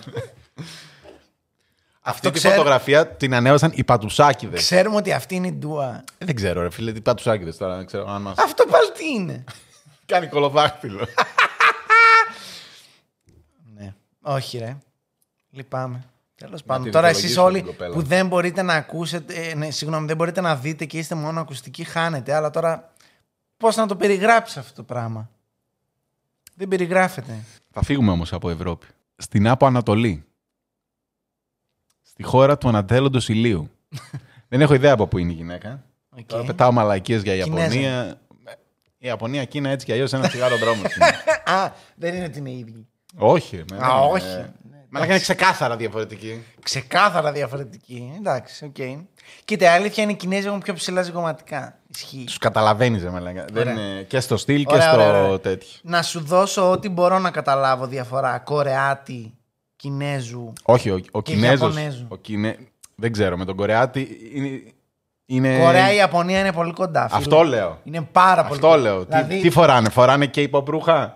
Αυτή τη
ξέρω.
φωτογραφία την ανέβασαν οι πατουσάκιδε.
Ξέρουμε ότι αυτή είναι η ντουά.
Δεν ξέρω, ρε φίλε, τι πατουσάκιδε τώρα. δεν Ξέρω αν μας
Αυτό πάλι τι είναι.
κάνει κολοδάχτυλο.
ναι. Όχι, ρε. Λυπάμαι. Τέλος
τη
πάντων. Τώρα εσείς
δικαιολογήσουμε
όλοι
την κοπέλα.
που δεν μπορείτε να ακούσετε. ε, ναι, συγγνώμη, δεν μπορείτε να δείτε και είστε μόνο ακουστικοί, χάνετε. Αλλά τώρα πώς να το περιγράψει αυτό το πράγμα. Δεν περιγράφεται.
Θα φύγουμε όμως από Ευρώπη. Στην Άπο Ανατολή. Στη χώρα του ανατέλλοντος ηλίου. Δεν έχω ιδέα από πού είναι η γυναίκα.
Οκ. Ε,
Τώρα πετάω μαλακίες για
Κινέζα.
Ιαπωνία. Η Ιαπωνία, Κίνα έτσι κι αλλιώς ένα τσιγάρο δρόμος. είναι.
Α, δεν είναι ότι είναι ίδιοι.
όχι. με-
Α,
ε,
όχι. Ναι,
Μαλάκα είναι ξεκάθαρα διαφορετική.
Ξεκάθαρα διαφορετική. Εντάξει, οκ. Κοίτα, η αλήθεια είναι οι Κινέζοι έχουν πιο ψηλά ζυγοματικά. Ισχύει.
Τους καταλαβαίνεις, ρε μαλάκα. Δεν
Ωραία.
είναι και στο στυλ και
Ωραία,
στο
ωραία, ωραία.
τέτοιο.
Να σου δώσω ό,τι μπορώ να καταλάβω διαφορά. Κορεάτη, Κινέζου.
Όχι, ο, ο
Και
Κινέζος...
Ιαπωνέζου.
Ο Κινέ... Δεν ξέρω, με τον Κορεάτη είναι... είναι...
Κορέα, η Ιαπωνία είναι πολύ κοντά. φίλε.
Ε, Αυτό λέω.
Είναι πάρα πολύ
Αυτό λέω. Τι-
Δηλαδή,
τι φοράνε, φοράνε K-pop ρούχα.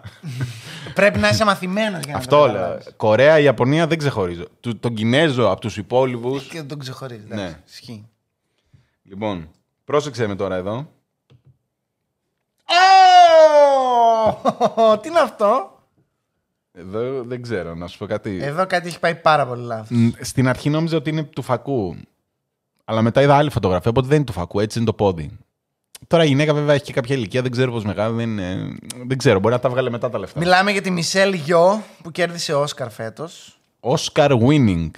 πρέπει να είσαι μαθημένος για να το
Αυτό λέω.
καταλάβεις.
Κορέα, Ιαπωνία δεν ξεχωρίζω. Του- τον Κινέζο από τους υπόλοιπους.
Και δεν τον ξεχωρίζει.
Ναι.
Ναι. Ισχύει.
λοιπόν, πρόσεξε με τώρα εδώ.
Ω! Τι είναι αυτό.
Εδώ δεν ξέρω, να σου πω κάτι.
Εδώ κάτι έχει πάει πάρα πολύ λάθος.
Μ, Στην αρχή νόμιζα ότι είναι του φακού. Αλλά μετά είδα άλλη φωτογραφία, οπότε δεν είναι του φακού, έτσι είναι το πόδι. Τώρα η γυναίκα βέβαια έχει και κάποια ηλικία, δεν ξέρω πώς μεγάλη. Δεν, είναι- δεν ξέρω, μπορεί να τα βγάλε μετά τα λεφτά.
Μιλάμε για τη Μισελ Γιώ που κέρδισε Όσκαρ φέτος.
Oscar winning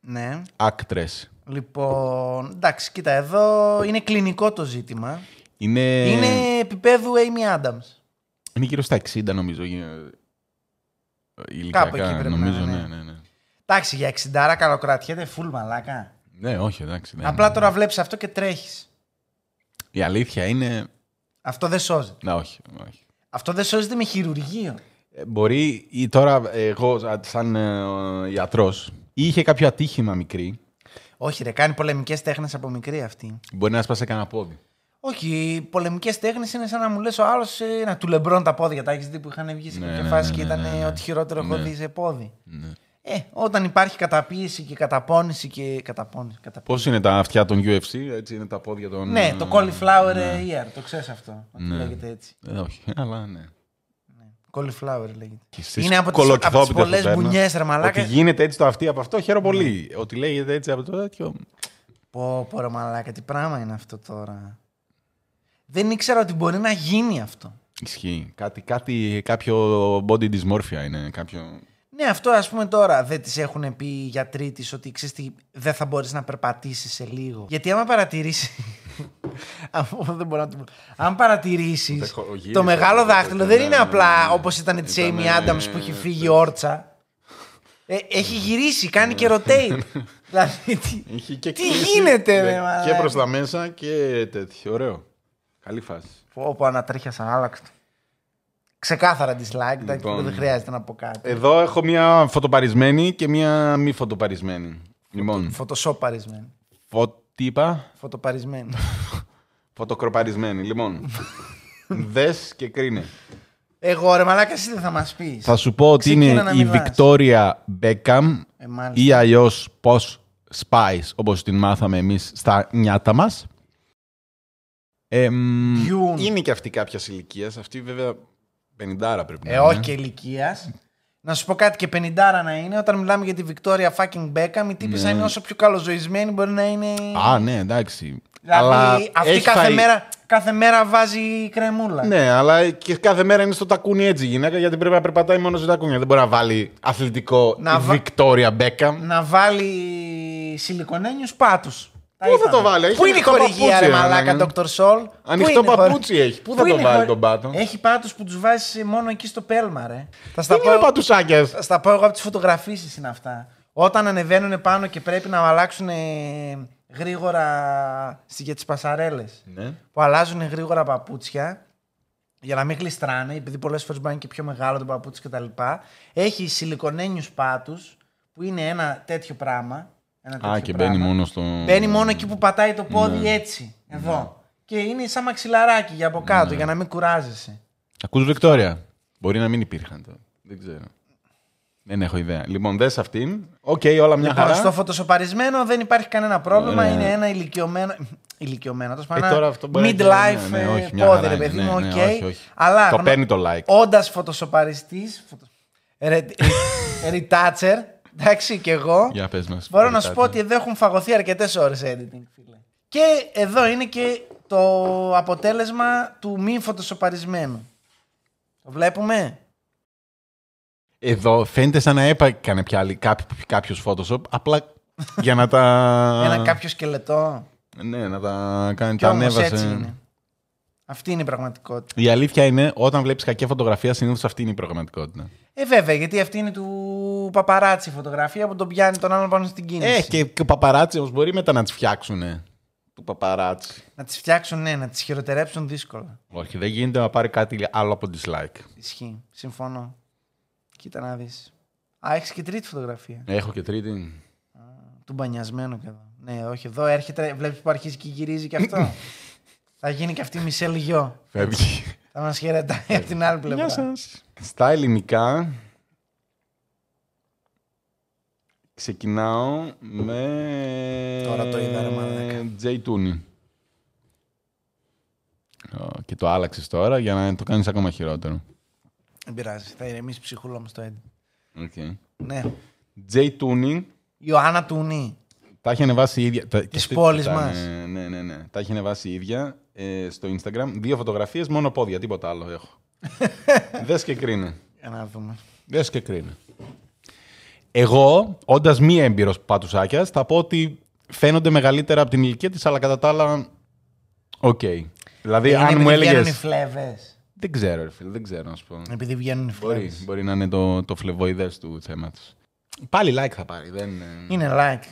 Ναι.
actress.
Λοιπόν, εντάξει, κοίτα, εδώ είναι κλινικό το ζήτημα.
Είναι,
Είναι επίπεδου Amy Adams.
είναι γύρω στα 60, νομίζω. ε, ε,
εκεί
Ηλικιακά,
πρέπει να
νομίζω,
είναι,
ναι,
ναι.
ναι, ναι.
Εντάξει, για 60 καλοκρατιέται, φουλ μαλάκα.
Ναι, όχι, εντάξει. δεν
Απλά
είναι.
τώρα βλέπεις αυτό και τρέχεις.
Η αλήθεια είναι
Αυτό δεν σώζεται.
Ναι, όχι. όχι.
Αυτό δεν σώζεται με χειρουργείο.
Ε, Μπορεί ή τώρα εγώ σαν- σαν ιατρό είχε κάποιο ατύχημα μικρή.
Όχι, ρε, κάνει πολεμικές τέχνες από μικρή αυτή.
Μπορεί να σπάσει κανένα πόδι.
Όχι, οι πολεμικές τέχνες είναι σαν να μου λες ο άλλος να του λεμπρώνει τα πόδια. Τα έχεις δει που είχαν βγει σε
Ναι,
κάποια
ναι,
φάση
ναι,
και
ναι,
ήταν
ναι, ναι.
ό,τι χειρότερο έχω
Ναι.
δει σε πόδι.
Ναι.
Ε, όταν υπάρχει καταπίεση και καταπώνηση και. Καταπώνηση. καταπ-
Πώς είναι τα αυτιά των UFC, έτσι είναι τα πόδια των.
Ναι, το cauliflower ear, το ξέρεις αυτό. Ότι
Ναι.
λέγεται έτσι.
Ε, όχι, αλλά ναι.
Cauliflower λέγεται.
Και στις
Είναι από τις
κολοκυθόπιτες που
πολλές
παίρνω,
μπουνιές, ρε μαλάκα. Ναι.
Ότι γίνεται έτσι το αυτί από αυτό, χαίρομαι πολύ. Ότι λέγεται έτσι από το τέτοιο.
Πω, πω, ρε μαλάκα, τι πράγμα είναι αυτό τώρα. Δεν ήξερα ότι μπορεί να γίνει αυτό.
Ισχύει. Κάτι, κάτι, κάποιο body dysmorphia είναι. Κάποιο...
Ναι, αυτό ας πούμε τώρα δεν τη έχουν πει οι γιατροί της ότι ξέρεις τι, δεν θα μπορείς να περπατήσεις σε λίγο. Γιατί άμα παρατηρήσεις. αφού δεν μπορώ να το πω. Αν παρατηρήσεις.
Δεν χω- γύρισε,
το μεγάλο
δεν
δάχτυλο
χωρίζει,
δεν
ναι,
είναι
ναι,
απλά
ναι.
όπως ήταν της
Ήτανε-
Amy Adams που έχει φύγει όρτσα. Ε, έχει γυρίσει, κάνει και rotate. δηλαδή. Τι,
Είχε και
τι
κλίση,
γίνεται,
ναι,
ρε μαλάκα.
Και προς τα μέσα και τέτοιο. Ωραίο. Καλή φάση.
Όπου ανατρίχιασαν, άλλαξε. το. Ξεκάθαρα dislike, εντάξει,
Λοιπόν. Ε-
δεν χρειάζεται να πω κάτι.
Εδώ έχω μία φωτοπαρισμένη και μία μη φωτοπαρισμένη. Λοιπόν,
Φωτοσόπαρισμένη.
φωτύπα,
Φωτοπαρισμένη.
φωτοκροπαρισμένη. Λοιπόν, δες και κρίνε.
Εγώ ρε μαλάκα εσύ δεν θα μας πεις.
Θα σου πω ότι
Ξεκίνα
είναι
να
η
μιλάς.
Βικτόρια Μπέκαμ
Ε, μάλιστα.
ή αλλιώς πώς Spice, όπως την μάθαμε εμείς στα νιάτα μας.
Ποιούν.
είναι και αυτή κάποια ηλικία. Αυτή βέβαια 50 πρέπει να
Ε,
είναι.
όχι και ηλικίας. Να σου πω κάτι και 50 να είναι. Όταν μιλάμε για τη Βικτόρια fucking Beckham, η τύπησα
Ναι.
είναι όσο πιο καλοζωισμένη μπορεί να είναι.
Α, ναι, εντάξει.
δηλαδή, αυτή
έχει
κάθε,
φάει-
μέρα, κάθε μέρα βάζει κρεμούλα.
Ναι, αλλά και κάθε μέρα είναι στο τακούνι έτσι η γυναίκα, γιατί πρέπει να περπατάει μόνο στο τακούνι. Δεν μπορεί να βάλει αθλητικό
Να
να
βα-
Βικτόρια Μπέκαμ.
Να βάλει σιλικονένιους πάτους. Τα
Πού θα
είπαμε.
το βάλει, έχει
Πού είναι η
ανοιχτό
χορηγία,
παπούτσι,
ρε
ρε,
μαλάκα,
ναι.
Dr. Sol.
Ανοιχτό
Πού είναι η χορη-
παπούτσι έχει. Πού θα το
είναι η
βάλει
χορη-
τον πάτο?
Έχει πάτους που τους βάζεις μόνο εκεί στο πέλμα, ρε. Θα στα
Δεν είναι
πω-
πατουσάκια.
Θα στα πω εγώ από τις φωτογραφίσεις είναι αυτά. Όταν ανεβαίνουν πάνω και πρέπει να αλλάξουν ε, γρήγορα στη- για τις πασαρέλες.
Ναι.
Που αλλάζουν γρήγορα παπούτσια για να μην γλιστράνε, επειδή πολλές φορές μπορεί να είναι και πιο μεγάλο το παπούτσι κτλ. Έχει σιλικονένιους πάτους που είναι ένα τέτοιο πράγμα. Ένα
Α,
τέτοιο
και
πράγμα.
μπαίνει μόνο στο.
Μπαίνει μόνο εκεί που πατάει το πόδι
Ναι.
έτσι, εδώ. Και είναι σαν μαξιλαράκι για από κάτω,
Ναι.
για να μην κουράζεσαι.
Ακούς Βικτόρια. Μπορεί να μην υπήρχαν τώρα. Δεν ξέρω. Δεν έχω ιδέα. Λοιπόν, δες αυτήν. Οκ, όλα μια
Λοιπόν,
χαρά.
στο φωτοσοπαρισμένο δεν υπάρχει κανένα πρόβλημα.
Ωραία.
Είναι ένα ηλικιωμένο. ηλικιωμένο, τέλο πάντων.
Ναι. Ε, τώρα
ένα
αυτό μπορεί να
Midlife
γίνει, ναι, ναι,
ε,
όχι, μια
πόδι,
χαρά
ρε
είναι,
παιδί
ναι,
μου,
ναι,
οκ.
όχι, όχι.
Αλλά.
Το παίρνει το like.
Όντας φωτοσοπαριστής. Φωτο... Ρε, retoucher, εντάξει, κι εγώ.
Για πες μας.
Μπορώ να
περιτάτε.
σου πω ότι εδώ έχουν φαγωθεί αρκετές ώρες editing, φίλε. Και εδώ είναι και το αποτέλεσμα του μη φωτοσοπαρισμένου. Το βλέπουμε.
Εδώ φαίνεται σαν να έπακανε πια άλλη- κάποι- κάποιος Photoshop, απλά για να τα...
Ένα κάποιο σκελετό.
Ναι, να τα κάνει,
Κι
τα
όμως έτσι
ανέβασε.
είναι. Αυτή είναι η πραγματικότητα.
Η αλήθεια είναι, όταν βλέπεις κακή φωτογραφία, συνήθως αυτή είναι η πραγματικότητα.
Ε, βέβαια, γιατί αυτή είναι του παπαράτσι η φωτογραφία που τον πιάνει τον άλλον πάνω στην κίνηση.
Ε, και, και ο παπαράτσι όμως μπορεί μετά να τις φτιάξουνε. Του παπαράτσι.
Να τις φτιάξουν, ναι, να τις χειροτερέψουν δύσκολα.
Όχι, δεν γίνεται να πάρει κάτι άλλο από dislike.
Ισχύει. Συμφωνώ. Κοίτα να δεις. Α, έχεις και τρίτη φωτογραφία.
Ναι, Έχω και τρίτη.
Του μπανιασμένου και εδώ. Ναι, όχι, εδώ έρχεται, βλέπεις που αρχίζει και γυρίζει και αυτό. Θα γίνει και αυτή η Μισελ Γιώ.
Φεύγει.
Θα μας χαιρετάει από την άλλη πλευρά.
Στα ελληνικά ξεκινάω με
Τώρα το είδα, ρε μαλάκα.
Τζέι Τούνι. Ω, Και το άλλαξες τώρα για να το κάνεις ακόμα χειρότερο.
Δεν πειράζει. Θα ηρεμήσει η ψυχούλα μου στο έντι.
Okay.
Ναι.
Τζέι Τούνι
Ιωάννα Τουνή.
τα έχει ανεβάσει η ίδια. τα- και
Της
αυτή
πόλης
ήταν,
μας.
ε, Ναι, ναι, ναι. Τα έχει ανεβάσει η ίδια ε, στο Instagram. Δύο φωτογραφίες, μόνο πόδια, τίποτα άλλο έχω. Δες και κρίνε.
Για να δούμε.
Δες και κρίνε. Εγώ, όντας μη έμπειρος πατουσάκιας, θα πω ότι φαίνονται μεγαλύτερα από την ηλικία της, αλλά κατά τα άλλα. Οκ. Δηλαδή,
Είναι
αν μου
επειδή Βγαίνουν οι
έλεγε.
φλέβες.
Δεν ξέρω, ρε φίλε, δεν ξέρω να σου πω.
Επειδή βγαίνουν οι
Μπορεί,
φλέβες.
μπορεί να είναι το, το φλεβοειδές του θέματος. Πάλι like θα πάρει. Δεν...
Είναι like.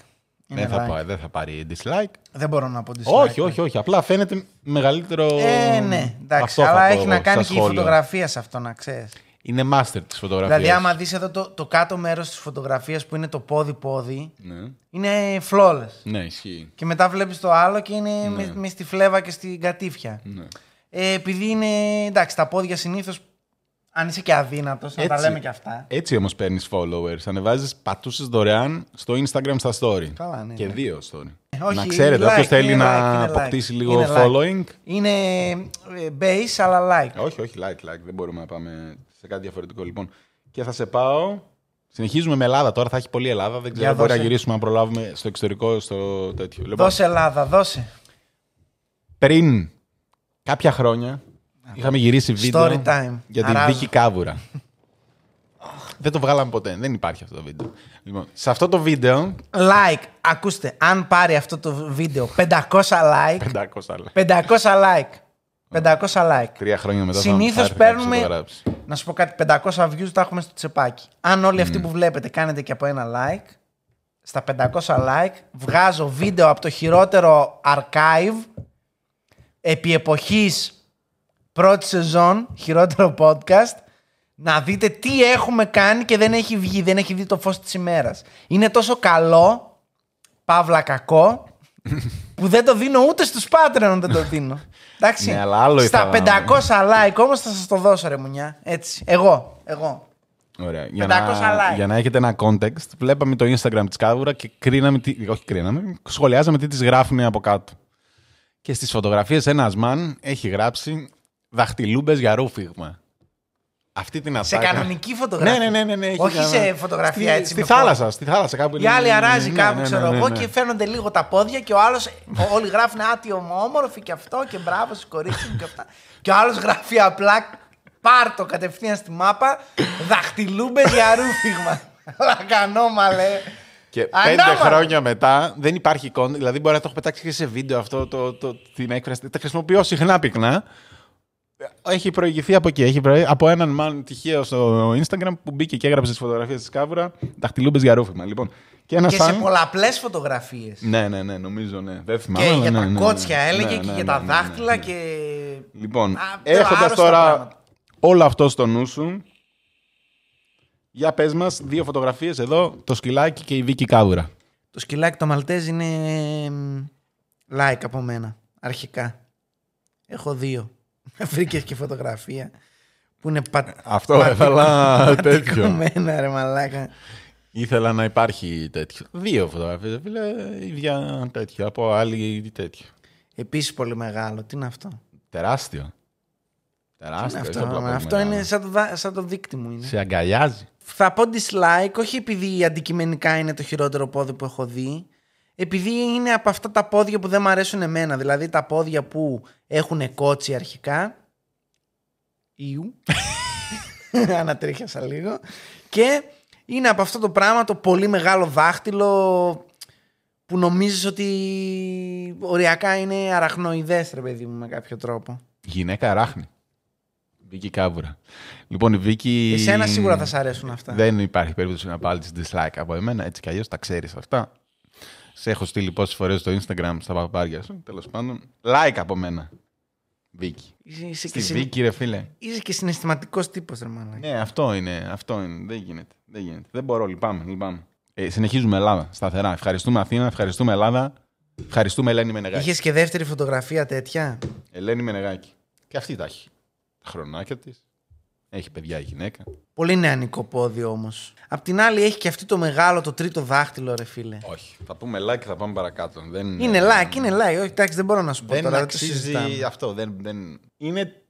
Δεν θα,
like.
πά- δεν θα πάρει dislike.
Δεν μπορώ να πω dislike. ναι.
Όχι, όχι, όχι. Απλά φαίνεται μεγαλύτερο.
Ε, ναι, εντάξει.
Αυτό θα
αλλά
πω
έχει
εγώ
να
στα
κάνει και η
σχόλια.
φωτογραφία σε αυτό, να ξέρεις.
Είναι master της φωτογραφίας.
Δηλαδή, άμα δεις εδώ το, το κάτω μέρος της φωτογραφίας που είναι το πόδι-πόδι,
Ναι.
είναι φλόλε.
ναι, ισχύει.
Και μετά βλέπεις το άλλο και είναι με, με στη φλέβα και στην κατήφια.
Ναι.
Ε, επειδή είναι. εντάξει, τα πόδια συνήθως. Αν είσαι και αδύνατος, να τα
Έτσι.
λέμε και αυτά.
Έτσι όμως παίρνεις followers. Ανεβάζεις πατούσες δωρεάν στο Instagram στα story.
Καλά, ναι,
και
ναι.
δύο story.
Ε, όχι,
να ξέρετε,
like,
όποιος θέλει
είναι like,
να
είναι like.
αποκτήσει λίγο
Είναι like.
following. Ε,
Είναι ε, base, αλλά like.
Όχι, όχι, like, like. Δεν μπορούμε να πάμε σε κάτι διαφορετικό λοιπόν. Και θα σε πάω. Συνεχίζουμε με Ελλάδα τώρα, θα έχει πολλή Ελλάδα. Δεν ξέρω,
Για
μπορεί να
δώσε.
γυρίσουμε να προλάβουμε στο εξωτερικό, στο τέτοιο. Λοιπόν,
Δώσε Ελλάδα, δώσε.
πριν κάποια χρόνια είχαμε γυρίσει βίντεο
Story time.
για την
Αράζω.
Βίκη Κάβουρα. δεν το βγάλαμε ποτέ, δεν υπάρχει αυτό το βίντεο. Λοιπόν, σε αυτό το βίντεο.
Like, ακούστε, αν πάρει αυτό το βίντεο 500 like,
500 άλλα.
500 like. 500 like.
Τρία χρόνια μετά θα-
Συνήθως
θα έρθει κάποιος
παίρνουμε-
να το γράψει.
Να σου πω κάτι, 500 views τα έχουμε στο τσεπάκι. Αν όλοι αυτοί που βλέπετε κάνετε και από ένα like, στα 500 like βγάζω βίντεο από το χειρότερο archive επί εποχής πρώτη σεζόν, χειρότερο podcast, να δείτε τι έχουμε κάνει και δεν έχει βγει, δεν έχει δει το φως της ημέρας. Είναι τόσο καλό, παύλα κακό, που δεν το δίνω ούτε στους Patreon δεν το δίνω. Εντάξει,
Ναι, αλλά άλλο
στα
ήθελα
500
να πω.
like όμως θα σας το δώσω ρε μουνιά. Έτσι, εγώ, εγώ.
Ωραία. Για
500
να,
like.
για να έχετε ένα context, βλέπαμε το Instagram της Κάβουρα και κρίναμε, τι, όχι κρίναμε, σχολιάζαμε τι τις γράφουν από κάτω. Και στις φωτογραφίες ένας μαν έχει γράψει δαχτυλούμπες για ρούφιγμα. Αυτή την
Σε
ατάκα.
κανονική
Ναι,
φωτογραφία.
ναι, ναι, ναι, ναι, έχει
Όχι
κανένα-
σε φωτογραφία
στη,
έτσι.
Στη
με
θάλασσα, στη θάλασσα κάπου.
Η άλλη αράζει
Ναι,
κάπου,
ναι, ναι,
ξέρω
ναι,
εγώ,
ναι.
και φαίνονται λίγο τα πόδια και ο άλλος. Όλοι γράφουν άτιο μου, όμορφη και αυτό και μπράβο σου κορίτσι μου και αυτά. Και ο άλλος γράφει απλά πάρτο κατευθείαν στη μάπα δαχτυλούμπε για ρούφιγμα. Λακανόμα λέει.
Και πέντε
Ανάμα.
χρόνια μετά δεν υπάρχει content, δηλαδή μπορεί να το έχω πετάξει και σε βίντεο αυτό το, το, την έκφραση. Τα χρησιμοποιώ συχνά πυκνά. Έχει προηγηθεί από εκεί. Έχει προηγηθεί από έναν μαν τυχαίο στο Instagram που μπήκε και έγραψε τις φωτογραφίες της Κάβουρα. Δαχτυλούμπες για ρούφημα. Λοιπόν. Και ένας
Και σε πολλαπλές φωτογραφίες.
Ναι, ναι, ναι, νομίζω, ναι. Δεν θυμάμαι.
Και
αλλά
για
ναι,
τα
ναι, ναι.
κότσια
Ναι,
έλεγε
ναι,
και
ναι,
για
ναι,
τα
ναι,
δάχτυλα
ναι.
και.
Λοιπόν,
Α, τώρα
έχοντα
άρρωστα
τώρα
πράγματα.
όλο αυτό στο νου σου, για πες μας δύο φωτογραφίες εδώ, το σκυλάκι και η Βίκη Κάβουρα.
Το σκυλάκι το Μαλτέζ είναι εμ, like από μένα, αρχικά. Έχω δύο. Βρήκες και φωτογραφία που είναι πα...
Αυτό έβαλα τέτοιο.
πατικωμένα, ρε μαλάκα.
Ήθελα να υπάρχει τέτοιο. Δύο φωτογραφίες, φίλε, ίδια τέτοια. Από άλλη τέτοιο.
Επίσης πολύ μεγάλο. Τι είναι αυτό. Τι
Τεράστιο. Τεράστιο.
είναι
όχι
αυτό
απλά πολύ
αυτό
μεγάλο.
είναι σαν το, δα- σαν το δίκτυ μου είναι.
Σε αγκαλιάζει.
Θα πω dislike όχι επειδή αντικειμενικά είναι το χειρότερο πόδι που έχω δει. Επειδή είναι από αυτά τα πόδια που δεν μου αρέσουν εμένα. Δηλαδή τα πόδια που έχουν κότσι αρχικά. Ιου. Ανατρίχιασα λίγο. Και είναι από αυτό το πράγμα το πολύ μεγάλο δάχτυλο που νομίζεις ότι οριακά είναι αραχνοειδές ρε παιδί μου με κάποιο τρόπο.
Γυναίκα ράχνη. Βίκη Κάβουρα. Λοιπόν, η Βίκη.
Εσένα σίγουρα θα σ' αρέσουν αυτά.
Δεν υπάρχει περίπτωση να πάρει dislike από εμένα, έτσι κι αλλιώς τα ξέρεις αυτά. Σε έχω στείλει πόσες φορές στο Instagram στα παπάρια σου. Τέλος πάντων, like από μένα. Βίκη.
Είσαι, είσαι και,
Στη
συν...
Βίκη, ρε φίλε.
είσαι και συναισθηματικός τύπος ρε μάνα.
Ναι, αυτό είναι. Αυτό είναι. Δεν γίνεται. Δεν γίνεται. Δεν μπορώ. Λυπάμαι. λυπάμαι. Ε, συνεχίζουμε Ελλάδα. Σταθερά. Ευχαριστούμε Αθήνα. Ευχαριστούμε Ελλάδα. Ευχαριστούμε Ελένη Μενεγάκη.
Είχες και δεύτερη φωτογραφία τέτοια.
Ελένη Μενεγάκη. Και αυτή τα έχει. Τα Χρονάκια της. Έχει παιδιά η γυναίκα.
Πολύ νεανικό πόδι όμως. Απ' την άλλη έχει και αυτή το μεγάλο, το τρίτο δάχτυλο, ρε φίλε.
Όχι. Θα πούμε like και θα πάμε παρακάτω. Δεν...
Είναι like, είναι like. Όχι, εντάξει, δεν μπορώ να σου πω
ναι, Δεν
τώρα. Δεν το
αξίζει
συζητάμε.
αυτό. Δεν, δεν... Είναι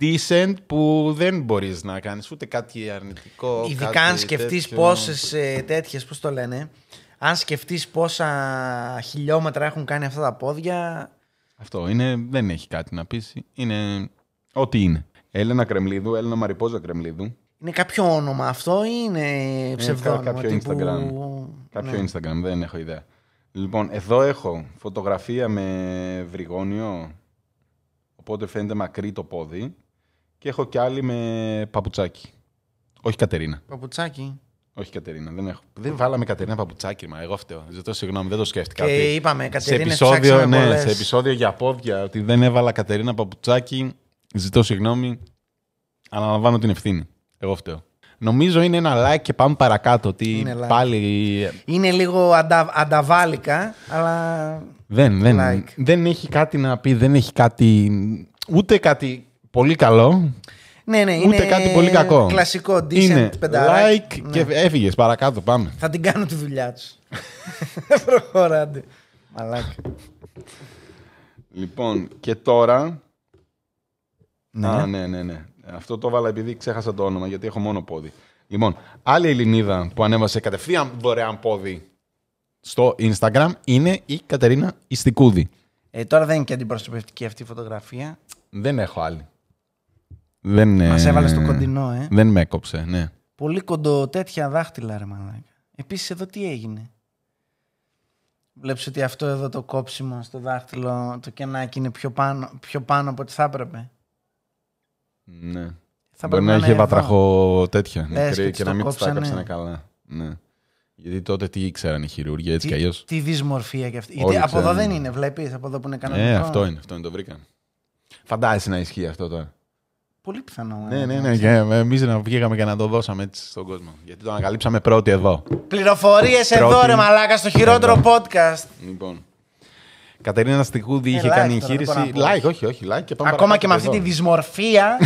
decent που δεν μπορείς να κάνεις ούτε κάτι αρνητικό. κάτι
Ειδικά αν σκεφτείς
τέτοιο.
πόσες τέτοιες, πώς το λένε, αν σκεφτείς πόσα χιλιόμετρα έχουν κάνει αυτά τα πόδια.
Αυτό είναι, δεν έχει κάτι να πείσει. Είναι ό,τι είναι. Έλενα Κρεμλίδου, Έλενα Μαριπόζα Κρεμλίδου.
Είναι κάποιο όνομα αυτό ή είναι ψευδόνυμο.
Ε, κάποιο
τύπου-
Instagram.
Ναι.
Κάποιο Instagram, δεν έχω ιδέα. Λοιπόν, εδώ έχω φωτογραφία με βρυγόνιο, οπότε φαίνεται μακρύ το πόδι. Και έχω κι άλλη με παπουτσάκι. Όχι Κατερίνα.
Παπουτσάκι.
Όχι Κατερίνα, δεν έχω. Δεν βάλαμε Κατερίνα παπουτσάκι, μα εγώ φταίω. Ζητώ συγγνώμη, δεν το σκέφτηκα. ότι-
Και είπαμε,
σε
Κατερίνε,
επεισόδιο,
ψάξαμε
ναι,
πολλές.
σε επεισόδιο για πόδια, ότι δεν έβαλα Κατερίνα Παπουτσάκη. Ζητώ συγγνώμη. Αναλαμβάνω την ευθύνη. Εγώ φταίω. Νομίζω είναι ένα like και πάμε παρακάτω. Ότι
Είναι like.
πάλι.
Είναι λίγο αντα, ανταβάλικα, αλλά
Δεν, δεν,
Like.
δεν έχει κάτι να πει, δεν έχει κάτι. Ούτε κάτι πολύ καλό,
ναι, ναι,
ούτε
είναι
κάτι πολύ κακό.
Κλασικό, decent
είναι like
πενταράκι. Ναι.
και έφυγες. Παρακάτω, πάμε.
Θα την κάνω τη δουλειά τους. Προχωράτε. Μαλάκα.
Λοιπόν, και τώρα. Α, ναι, ναι, ναι. Αυτό το βάλα επειδή ξέχασα το όνομα, γιατί έχω μόνο πόδι. Λοιπόν, άλλη Ελληνίδα που ανέβασε κατευθείαν δωρεάν πόδι στο Instagram είναι η Κατερίνα Ιστικούδη.
Ε, τώρα δεν είναι και αντιπροσωπευτική αυτή η φωτογραφία.
Δεν έχω άλλη. Δεν,
Μας
ε,
έβαλε στο κοντινό, ε.
Δεν με έκοψε, ναι.
Πολύ κοντό τέτοια δάχτυλα, ρε μαλάκα. Επίσης εδώ τι έγινε. Βλέπεις ότι αυτό εδώ το κόψιμο στο δάχτυλο, το κενάκι είναι πιο πάνω, πιο πάνω από ό,τι θα έπρεπε.
ναι.
Θα
Μπορεί
έπρεπε
να
είναι
είχε
εδώ.
βατραχό τέτοια
Λες
μικρή και,
και της
να
το
μην της τα
κόψανε.
έκαψαν καλά. Ναι. Γιατί τότε τι ήξεραν οι χειρούργοι, έτσι
Τι,
κι αλλιώς.
τι δυσμορφία και αυτή.
Όλοι
Γιατί από εδώ
ξέρουν.
δεν είναι, βλέπεις, από εδώ που είναι κανονικό.
Ε, αυτό είναι, αυτό είναι, το βρήκαν. Φαντάζεσαι να ισχύει αυτό τώρα.
Πολύ πιθανό. ε,
Ναι, ναι,
να
ναι.
ξέρεις.
Και εμείς να βγήκαμε και να το δώσαμε έτσι στον κόσμο. Γιατί το ανακαλύψαμε πρώτοι εδώ.
Πληροφορίες εδώ,
Πρώτη-
ρε μαλάκα, στο χειρότερο
Εδώ.
podcast.
Λοιπόν. Κατερίνα Στιχούδη
Ε,
είχε
like
κάνει
τώρα, δεν μπορώ
εγχείρηση.
να
Like, όχι, όχι, like. Και πάμε
Ακόμα
παρακάτω
και με αυτή τη
εδώ.
δυσμορφία.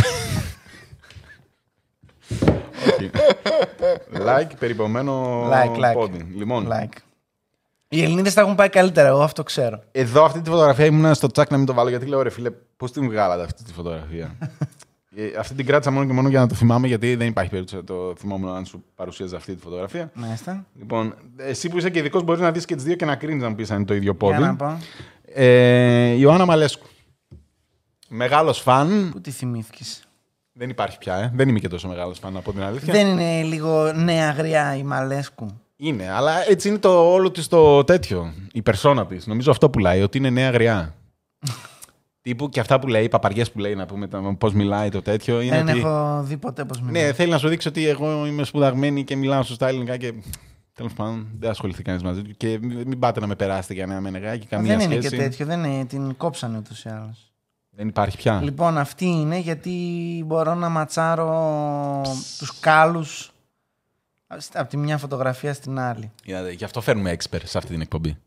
Όχι. Like, περιπομένο
Like, like.
πόντι. Λοιπόν,
like. Οι Ελληνίδες τα έχουν πάει καλύτερα, εγώ αυτό ξέρω.
εδώ αυτή τη φωτογραφία ήμουν στο τσάκ να μην το βάλω γιατί λέω ρε φίλε, πώς την βγάλατε αυτή τη φωτογραφία. Ε, αυτή την κράτησα μόνο και μόνο για να το θυμάμαι γιατί δεν υπάρχει περίπτωση να το θυμόμουν αν σου παρουσίαζα αυτή τη φωτογραφία.
Μάλιστα.
Λοιπόν, εσύ που είσαι και ειδικός μπορείς να δεις και τις δύο και να κρίνεις αν πεις αν είναι το ίδιο
Για
πόδι.
να πω.
Ε, Ιωάννα Μαλέσκου. Μεγάλος φαν.
Πού τη θυμήθηκες.
Δεν υπάρχει πια, ε. Δεν είμαι και τόσο μεγάλος φαν, από την αλήθεια.
Δεν είναι λίγο νέα αγριά η Μαλέσκου.
Είναι, αλλά έτσι είναι το όλο της το τέτοιο. Η περσόνα της. Νομίζω αυτό που λέει, ότι είναι νέα γριά. Τύπου και αυτά που λέει, οι παπαριές που λέει, να πούμε πώς μιλάει το τέτοιο. Είναι
Δεν
ότι...
έχω δει ποτέ πώς μιλάει.
Ναι, θέλει να σου δείξει ότι εγώ είμαι σπουδαγμένη και μιλάω σωστά ελληνικά και. Τέλος πάντων, δεν ασχοληθεί κανείς μαζί του. Και μην μην πάτε να με περάσετε για ένα μενεγάκι, καμία
δεν
σχέση.
είναι και τέτοιο, δεν είναι, την κόψανε ούτως ή άλλως.
Δεν υπάρχει πια.
Λοιπόν, αυτή είναι γιατί μπορώ να ματσάρω τους κάλους από τη μια φωτογραφία στην άλλη.
Είδατε, Γι' αυτό φέρνουμε expert σε αυτή την εκπομπή.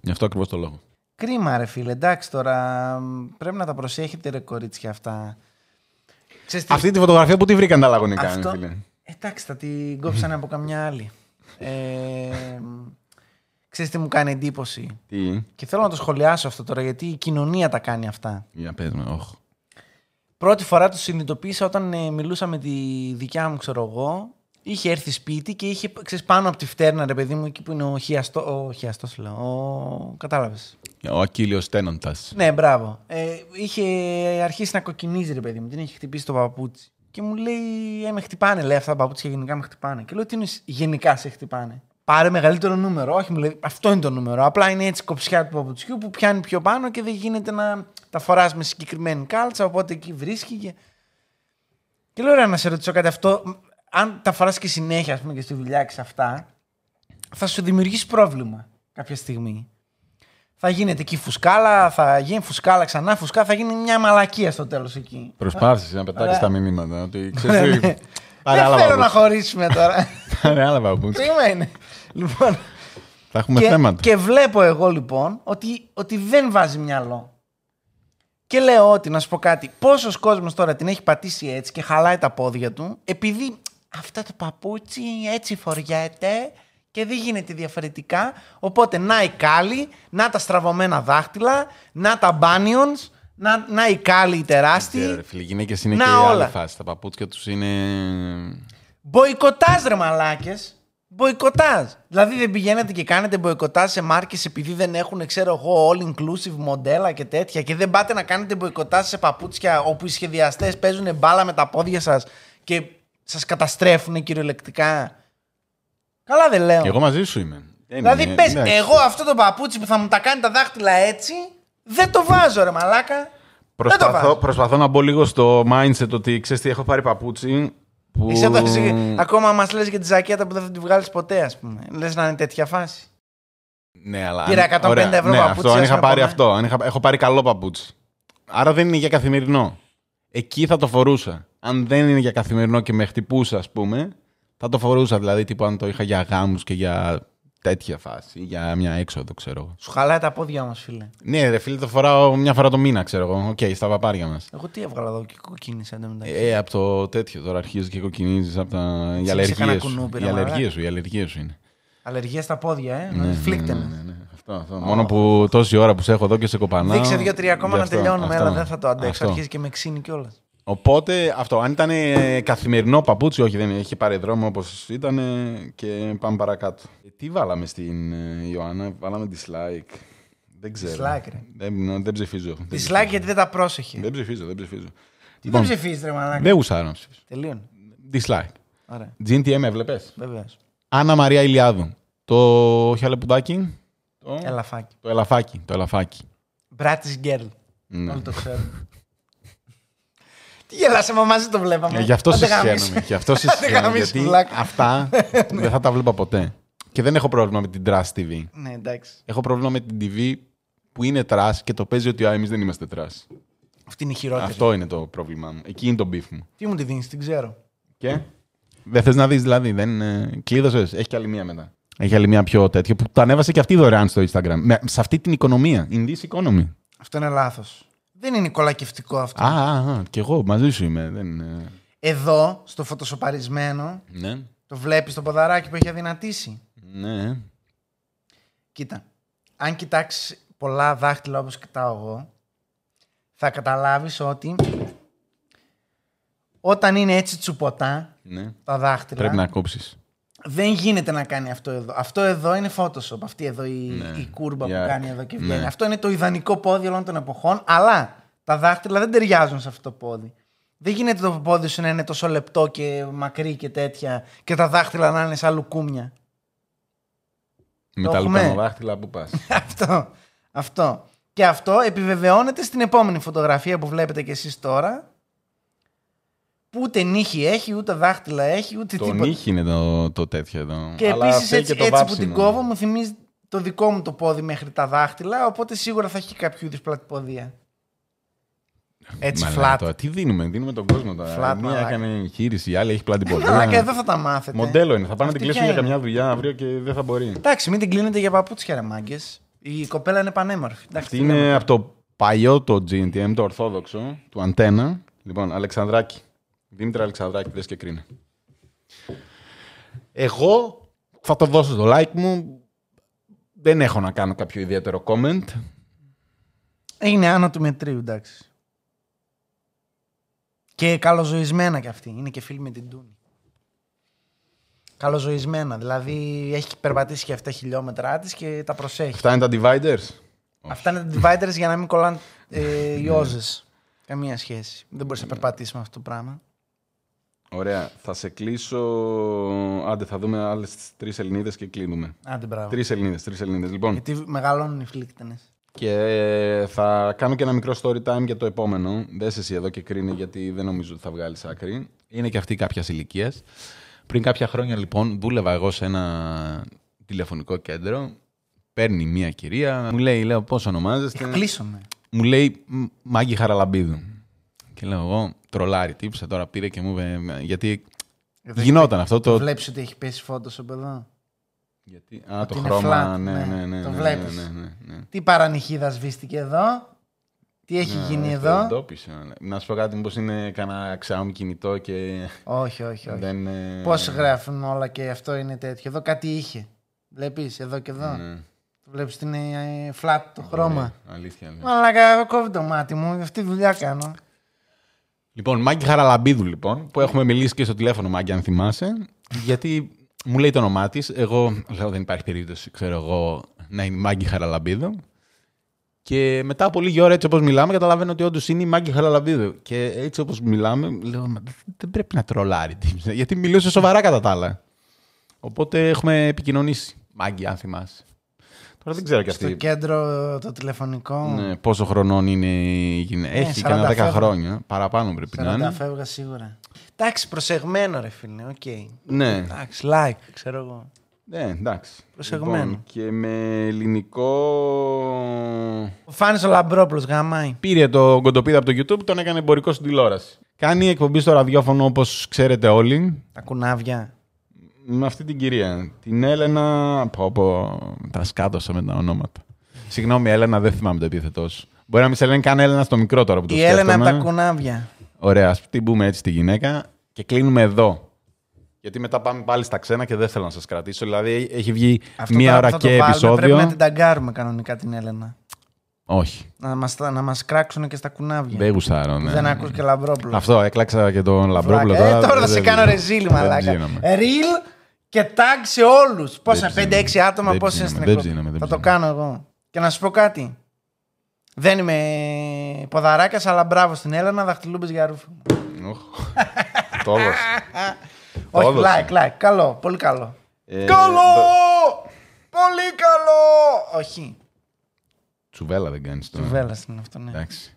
Γι' αυτό ακριβώς το λόγο.
Κρίμα, ρε φίλε. Εντάξει τώρα, μ, πρέπει να τα προσέχετε, ρε κορίτσια αυτά. Ξέρεις τι-
Αυτή τη φωτογραφία που τη βρήκαν τα λαγωνικά,
Αυτό-
ρε φίλε.
Εντάξει, θα την κόψανε από καμιά άλλη. Ε, μ, ξέρεις τι μου κάνει εντύπωση.
Τι,
Και θέλω να το σχολιάσω αυτό τώρα, γιατί η κοινωνία τα κάνει αυτά.
για πες με, όχ.
Πρώτη φορά το συνειδητοποίησα όταν ε, μιλούσα με τη δικιά μου, ξέρω εγώ. Είχε έρθει σπίτι και είχε, ξέρεις, πάνω από τη φτέρνα, ρε παιδί μου, εκεί που είναι ο χιαστό. Ο χιαστός λέω. Ο... Κατάλαβες.
Ο Ακίλιος Τένοντας.
Ναι, μπράβο. Ε, είχε αρχίσει να κοκκινίζει, ρε παιδί μου. Την είχε χτυπήσει το παπούτσι. Και μου λέει, Ε, με χτυπάνε, λέει αυτά τα παπούτσια γενικά με χτυπάνε. Και λέω, Τι είναι, γενικά σε χτυπάνε. Πάρε μεγαλύτερο νούμερο. Όχι, μου λέει, Αυτό είναι το νούμερο. Απλά είναι έτσι η κοψιά του παπουτσιού που πιάνει πιο πάνω και δεν γίνεται να τα φοράς με συγκεκριμένη κάλτσα. Οπότε εκεί βρίσκει. Και, και λέω, Ωραία, να σε ρωτήσω κάτι αυτό. Αν τα φοράς και συνέχεια, ας πούμε, και στη δουλειά και σε αυτά, θα σου δημιουργήσει πρόβλημα κάποια στιγμή. Θα γίνεται εκεί φουσκάλα, θα γίνει φουσκάλα ξανά, φουσκάλα, θα γίνει μια μαλακία στο τέλος εκεί.
Προσπάθησες να πετάξει
Ωραία.
τα μηνύματα. Ότι ξέρεις τι, πάρε
Δεν
άλλα
θέλω να
παπούτσια.
χωρίσουμε τώρα.
Πάρε άλλα παπούτσια.
Κρίμα είναι. Λοιπόν,
Θα έχουμε
και,
θέματα.
και βλέπω εγώ λοιπόν ότι, ότι δεν βάζει μυαλό. Και λέω ότι, να σου πω κάτι, πόσος κόσμος τώρα την έχει πατήσει έτσι και χαλάει τα πόδια του, επειδή αυτά το παπούτσι έτσι φοριέται και δεν γίνεται διαφορετικά. Οπότε να η κάλλη, να τα στραβωμένα δάχτυλα, να τα μπάνιονς, να, να η κάλλη η
Ξέρω, ρε
τεράστια.
Φίλε, οι γυναίκες είναι
Να,
και η άλλη
όλα.
φάση. Τα παπούτσια τους είναι...
Μποϊκοτάζ ρε μαλάκες. Μποϊκοτάζ. Δηλαδή δεν πηγαίνετε και κάνετε μποϊκοτάζ σε μάρκες επειδή δεν έχουν, ξέρω εγώ, all inclusive μοντέλα και τέτοια και δεν πάτε να κάνετε μποϊκοτάζ σε παπούτσια όπου οι σχεδιαστές παίζουν μπάλα με τα πόδια σας και σας καταστρέφουν κυριολεκτικά. Καλά δεν λέω.
Εγώ μαζί σου είμαι. Δεν
δηλαδή
είναι,
πες,
εντάξει.
εγώ αυτό το παπούτσι που θα μου τα κάνει τα δάχτυλα έτσι, δεν το βάζω ρε μαλάκα. Δεν το
Προσπαθώ,
βάζω.
προσπαθώ να μπω λίγο στο mindset ότι ξέρεις τι έχω πάρει παπούτσι Που...
Εσύ όταν εσύ- ακόμα μας λες για τη ζακέτα που δεν θα τη βγάλεις ποτέ, ας πούμε. Λες να είναι τέτοια φάση.
Ναι, αλλά.
Πήρα
αν-
150
ωραία,
ευρώ
ναι,
παπούτσι,
Αυτό, αν
ας
είχα
με
πάρει
πούμε.
αυτό. Αν είχα, έχω πάρει καλό παπούτσι. Άρα δεν είναι για καθημερινό. Εκεί θα το φορούσα. Αν δεν είναι για καθημερινό και με χτυπούσα, ας πούμε, θα το φορούσα. Δηλαδή, τύπου αν το είχα για γάμους και για τέτοια φάση, ή για μια έξοδο, ξέρω εγώ.
Σου χαλάει τα πόδια όμω, φίλε.
Ναι, ρε φίλε, το φοράω μια φορά το μήνα, ξέρω εγώ. Οκ, στα παπάρια μας.
Εγώ τι έβγαλα εδώ και κοκκίνησα εντωμεταξύ.
Ε, από το τέτοιο τώρα αρχίζεις και κοκκινίζεις από τα... οι
σε
αλλεργίε
κανένα
σου.
κουνού, πήρα,
Οι αλλεργίε
μαλάκα.
σου, οι αλλεργίες σου είναι.
Αλλεργία στα πόδια, ε.
Ναι, ναι,
Φλίκτε
ναι,
με.
ναι, ναι. Αυτό, αυτό. Μόνο που τόση ώρα που σε έχω εδώ και σε κοπανάω.
Δείξε δύο-τρία ακόμα
γι'
να
αυτό,
τελειώνουμε,
αυτό. ναι.
αλλά δεν θα το αντέξω.
Αυτό.
Αρχίζει και με ξύνει κιόλας.
Οπότε αυτό. Αν ήταν ε, καθημερινό παπούτσι, όχι, δεν είχε πάρει δρόμο όπως ήταν ε, και πάμε παρακάτω. Ε, Τι βάλαμε στην ε, Ιωάννα, βάλαμε dislike. Δεν ξέρω.
Dislike, ρε.
Δεν, δεν ψηφίζω. Δεν Ναι. Λοιπόν. ψηφίζω.
Dislike γιατί δεν τα πρόσεχε.
Δεν ψηφίζω, δεν ψηφίζω.
Τι δεν ψηφίζεις, ρε μαλάκα.
δεν γουσάρω να ψηφίσω.
Τελείωνε.
Dislike.
Ωραία.
GNTM έβλεπες.
Βεβαίως.
Άννα Μαρία Ηλιάδου. Το χαλεπουδάκι. Το,
Ελαφάκι.
το ελαφάκι. Το ελαφάκι.
Μπράτη γκέρλ.
Ναι.
Όλοι το ξέρουν. Τι γελάσαμε μαζί το βλέπαμε.
Ε, Γι' αυτό
Άντε
σε
γάμισε.
συχαίνομαι. Γι' αυτό σε
Άντε
συχαίνομαι,
γάμισε,
Γιατί
βλάκα.
αυτά δεν θα τα βλέπα ποτέ. Και δεν έχω πρόβλημα με την τρας TV.
Ναι, εντάξει.
Έχω πρόβλημα με την TV που είναι τρας και το παίζει ότι εμείς δεν είμαστε τρας.
Αυτή είναι η χειρότερη.
Αυτό είναι το πρόβλημά μου. Εκεί είναι το μπιφ μου.
Τι μου τη δίνεις, την ξέρω.
Και δεν θες να δεις, δηλαδή. Δεν, ε, κλείδωσες. Έχει και άλλη μία μετά. Έχει άλλη μία πιο τέτοια που το ανέβασε και αυτή δωρεάν στο Instagram. Με, σε αυτή την οικονομία. In this economy.
Αυτό είναι λάθος. Δεν είναι κολακευτικό αυτό.
Α, α, α, κι εγώ μαζί σου είμαι. Δεν, ε,
Εδώ, στο φωτοσοπαρισμένο,
ναι,
το βλέπεις το ποδαράκι που έχει αδυνατήσει.
ναι.
Κοίτα. Αν κοιτάξεις πολλά δάχτυλα όπως κοιτάω εγώ, θα καταλάβεις ότι όταν είναι έτσι τσουποτά
ναι.
τα δάχτυλα,
Πρέπει να κόψεις.
δεν γίνεται να κάνει αυτό εδώ. Αυτό εδώ είναι Photoshop. Αυτή εδώ η,
Ναι.
η κούρμπα
Η arc.
που κάνει εδώ και βγαίνει.
Ναι.
Αυτό είναι το ιδανικό πόδι όλων των εποχών. Αλλά τα δάχτυλα δεν ταιριάζουν σε αυτό το πόδι. Δεν γίνεται το πόδι σου να είναι τόσο λεπτό και μακρύ και τέτοια και τα δάχτυλα να είναι σαν λουκούμια.
Με
Το
τα
έχουμε.
λουκανοδάχτυλα που πας.
αυτό. Αυτό. Και αυτό επιβεβαιώνεται στην επόμενη φωτογραφία που βλέπετε κι εσείς τώρα. Που ούτε νύχη έχει, ούτε δάχτυλα έχει, ούτε
Το
τίποτα.
νύχι είναι το, το τέτοιο εδώ.
Ε, Και
Αλλά
επίσης
φταίει
έτσι,
και το
έτσι που
βάψιμο. ναι.
την κόβω μου θυμίζει το δικό μου το πόδι μέχρι τα δάχτυλα, οπότε σίγουρα θα έχει κάποιο είδους πλατυποδία. Έτσι,
Μαλάκα,
φλάτ.
τώρα, τι δίνουμε, δίνουμε τον κόσμο τώρα.
Flat,
Η Μία
μαλάκα.
έκανε εγχείρηση, η άλλη έχει πλάτη
Αλλά και εδώ
πολλά.
θα τα μάθετε.
Μοντέλο είναι. Θα πάνε να την
Αυτή
κλείσουν
ποια
για
είναι?
καμιά δουλειά αύριο και δεν θα μπορεί.
Εντάξει, μην την κλείνετε για παπούτσια, ρε μάγκες. Η κοπέλα είναι πανέμορφη. Εντάξει,
Αυτή
τι λέμε.
είναι από το παλιό το GNTM, το ορθόδοξο, του Αντένα. Λοιπόν, Αλεξανδράκη. Δήμητρα Αλεξανδράκη, δες και κρίνε. Εγώ θα το δώσω το like μου. Δεν έχω να κάνω κάποιο ιδιαίτερο comment.
Είναι άνω του μετρίου, εντάξει. Και καλοζωισμένα κι αυτή. Είναι και φίλη με την Τούνη. Καλοζωισμένα. Δηλαδή έχει περπατήσει και 7 χιλιόμετρά της και τα προσέχει.
Αυτά είναι τα dividers.
Αυτά είναι τα dividers για να μην κολλάνε ε, οι όζες. Καμία σχέση. Δεν μπορείς να περπατήσεις με αυτό το πράγμα.
Ωραία. Θα σε κλείσω. Άντε, θα δούμε άλλες τρεις Ελληνίδες και κλείνουμε.
Άντε, μπράβο.
Τρεις Ελληνίδες, τρεις Ελληνίδες. Λοιπόν,
Γιατί μεγαλώνουν οι φλίκτενες.
και ε, θα κάνω και ένα μικρό story time για το επόμενο. Δες εσύ εδώ και κρίνει, γιατί δεν νομίζω ότι θα βγάλεις άκρη. Είναι και αυτή κάποια ηλικίας. Πριν κάποια χρόνια, λοιπόν, δούλευα εγώ σε ένα τηλεφωνικό κέντρο. Παίρνει μία κυρία, μου λέει, λέω, πώς ονομάζεστε.
Εκπλήσωμε.
μου λέει «Μ, Μάγκη Χαραλαμπίδου. Και λέω εγώ, τρολάρι τύψε, τώρα πήρε και μου είπε. Γιατί
Εδώ
γινόταν αυτό το.
Βλέπεις ότι έχει πέσει φόντος εδώ.
Γιατί, α, το
είναι
χρώμα.
flat,
ναι,
ναι.
ναι, ναι.
Το
ναι,
βλέπεις.
Ναι, ναι, ναι.
Τι παρανυχίδα σβήστηκε εδώ. Τι έχει
Ναι,
γίνει
το
εδώ.
εντόπισα, ναι. Να σου πω κάτι, μήπως είναι κανένα Xiaomi κινητό και
Όχι, όχι, όχι.
δεν... ε,
Πώς γράφουν όλα και αυτό είναι τέτοιο. Εδώ κάτι είχε. Βλέπεις εδώ και εδώ.
ναι.
Βλέπει την ε, ε, flat το χρώμα.
Ναι, Αλήθεια. ναι.
Μαλάκα, εγώ κόβει το μάτι μου. Αυτή τη δουλειά κάνω.
Λοιπόν, Μάγκη Χαραλαμπίδου, λοιπόν, που έχουμε μιλήσει και στο τηλέφωνο, Μάγκη, αν θυμάσαι. Γιατί μου λέει το όνομά της. Εγώ λέω δεν υπάρχει περίπτωση, ξέρω εγώ, να είναι η Μάγκη Χαραλαμπίδου. Και μετά από λίγη ώρα, έτσι όπως μιλάμε, καταλαβαίνω ότι όντως είναι η Μάγκη Χαραλαμπίδου. Και έτσι όπως μιλάμε, λέω, «Μα δεν πρέπει να τρολάρει. τύψε», Γιατί μιλούσε σοβαρά κατά τα άλλα. Οπότε έχουμε επικοινωνήσει. Μάγκη, αν θυμάσαι. Τώρα δεν ξέρω κι
Στο
αυτή.
κέντρο το τηλεφωνικό.
Ναι, πόσο χρονών είναι η γυναίκα. Έχει
40
κανένα 10
φεύγει.
χρόνια. Παραπάνω πρέπει να
40
είναι.
φεύγα σίγουρα. Εντάξει, προσεγμένο ρε φίλε, οκ.
Ναι.
Εντάξει, like, ξέρω εγώ.
Ναι, εντάξει.
Προσεγμένο.
Λοιπόν, και με ελληνικό.
Ο Φάνης ο Λαμπρόπουλος γαμάει.
Πήρε το κοντοπίδα από το YouTube, τον έκανε εμπορικό στην τηλεόραση. Κάνει εκπομπή στο ραδιόφωνο όπως ξέρετε όλοι.
Τα κουνάβια.
Με αυτή την κυρία. Την Έλενα. Πω, πω, τα σκάτωσα με τα ονόματα. Συγγνώμη, Έλενα, δεν θυμάμαι το επίθετό σου. Μπορεί να μην σε λένε καν Έλενα στο μικρό τώρα που το
Η Έλενα από
σκέφτομαι.
τα κουνάβια.
Ωραία, ας την πούμε έτσι τη γυναίκα και κλείνουμε εδώ. Γιατί μετά πάμε πάλι στα ξένα και δεν θέλω να σας κρατήσω. Δηλαδή έχει βγει μία ώρα
τώρα που θα το
και
βάλουμε,
επεισόδιο.
Πρέπει να την ταγκάρουμε κανονικά την Έλενα.
Όχι,
Να μας, να μας κράξουν και στα κουνάβια.
δεν γουστάρω. Ναι.
Δεν ακούς και Λαμπρόπουλο.
Αυτό, έκλαξα και τον Λαμπρόπουλο
Βλάκα.
τώρα.
Ε, τώρα θα
δεν-
σε
δεν-
κάνω ρεζίλ,
δεν
μαλάκα.
ψήνομαι.
Ριλ και tag σε όλους. Πόσα,
ψήνομαι.
5-6 άτομα,
Δεν
πόσα είναι
ψήνομαι,
στην
δεν
εκπομπή.
ψήνομαι, δεν
Θα το
ψήνομαι.
κάνω εγώ. Και να σου πω κάτι. Δεν είμαι ποδαράκια, αλλά μπράβο στην Έλενα, δαχτυλούμπες για ρούφι.
Οχ, Το όλος. Το
Ε. Όχι,
έδωσε.
like, like. Καλό, πολύ καλό.
Ε,
καλό!
το- Ναι.
Πολύ καλό! Όχι.
Τσουβέλα δεν κάνεις τώρα.
Βέλα είναι αυτό, ναι.
Εντάξει.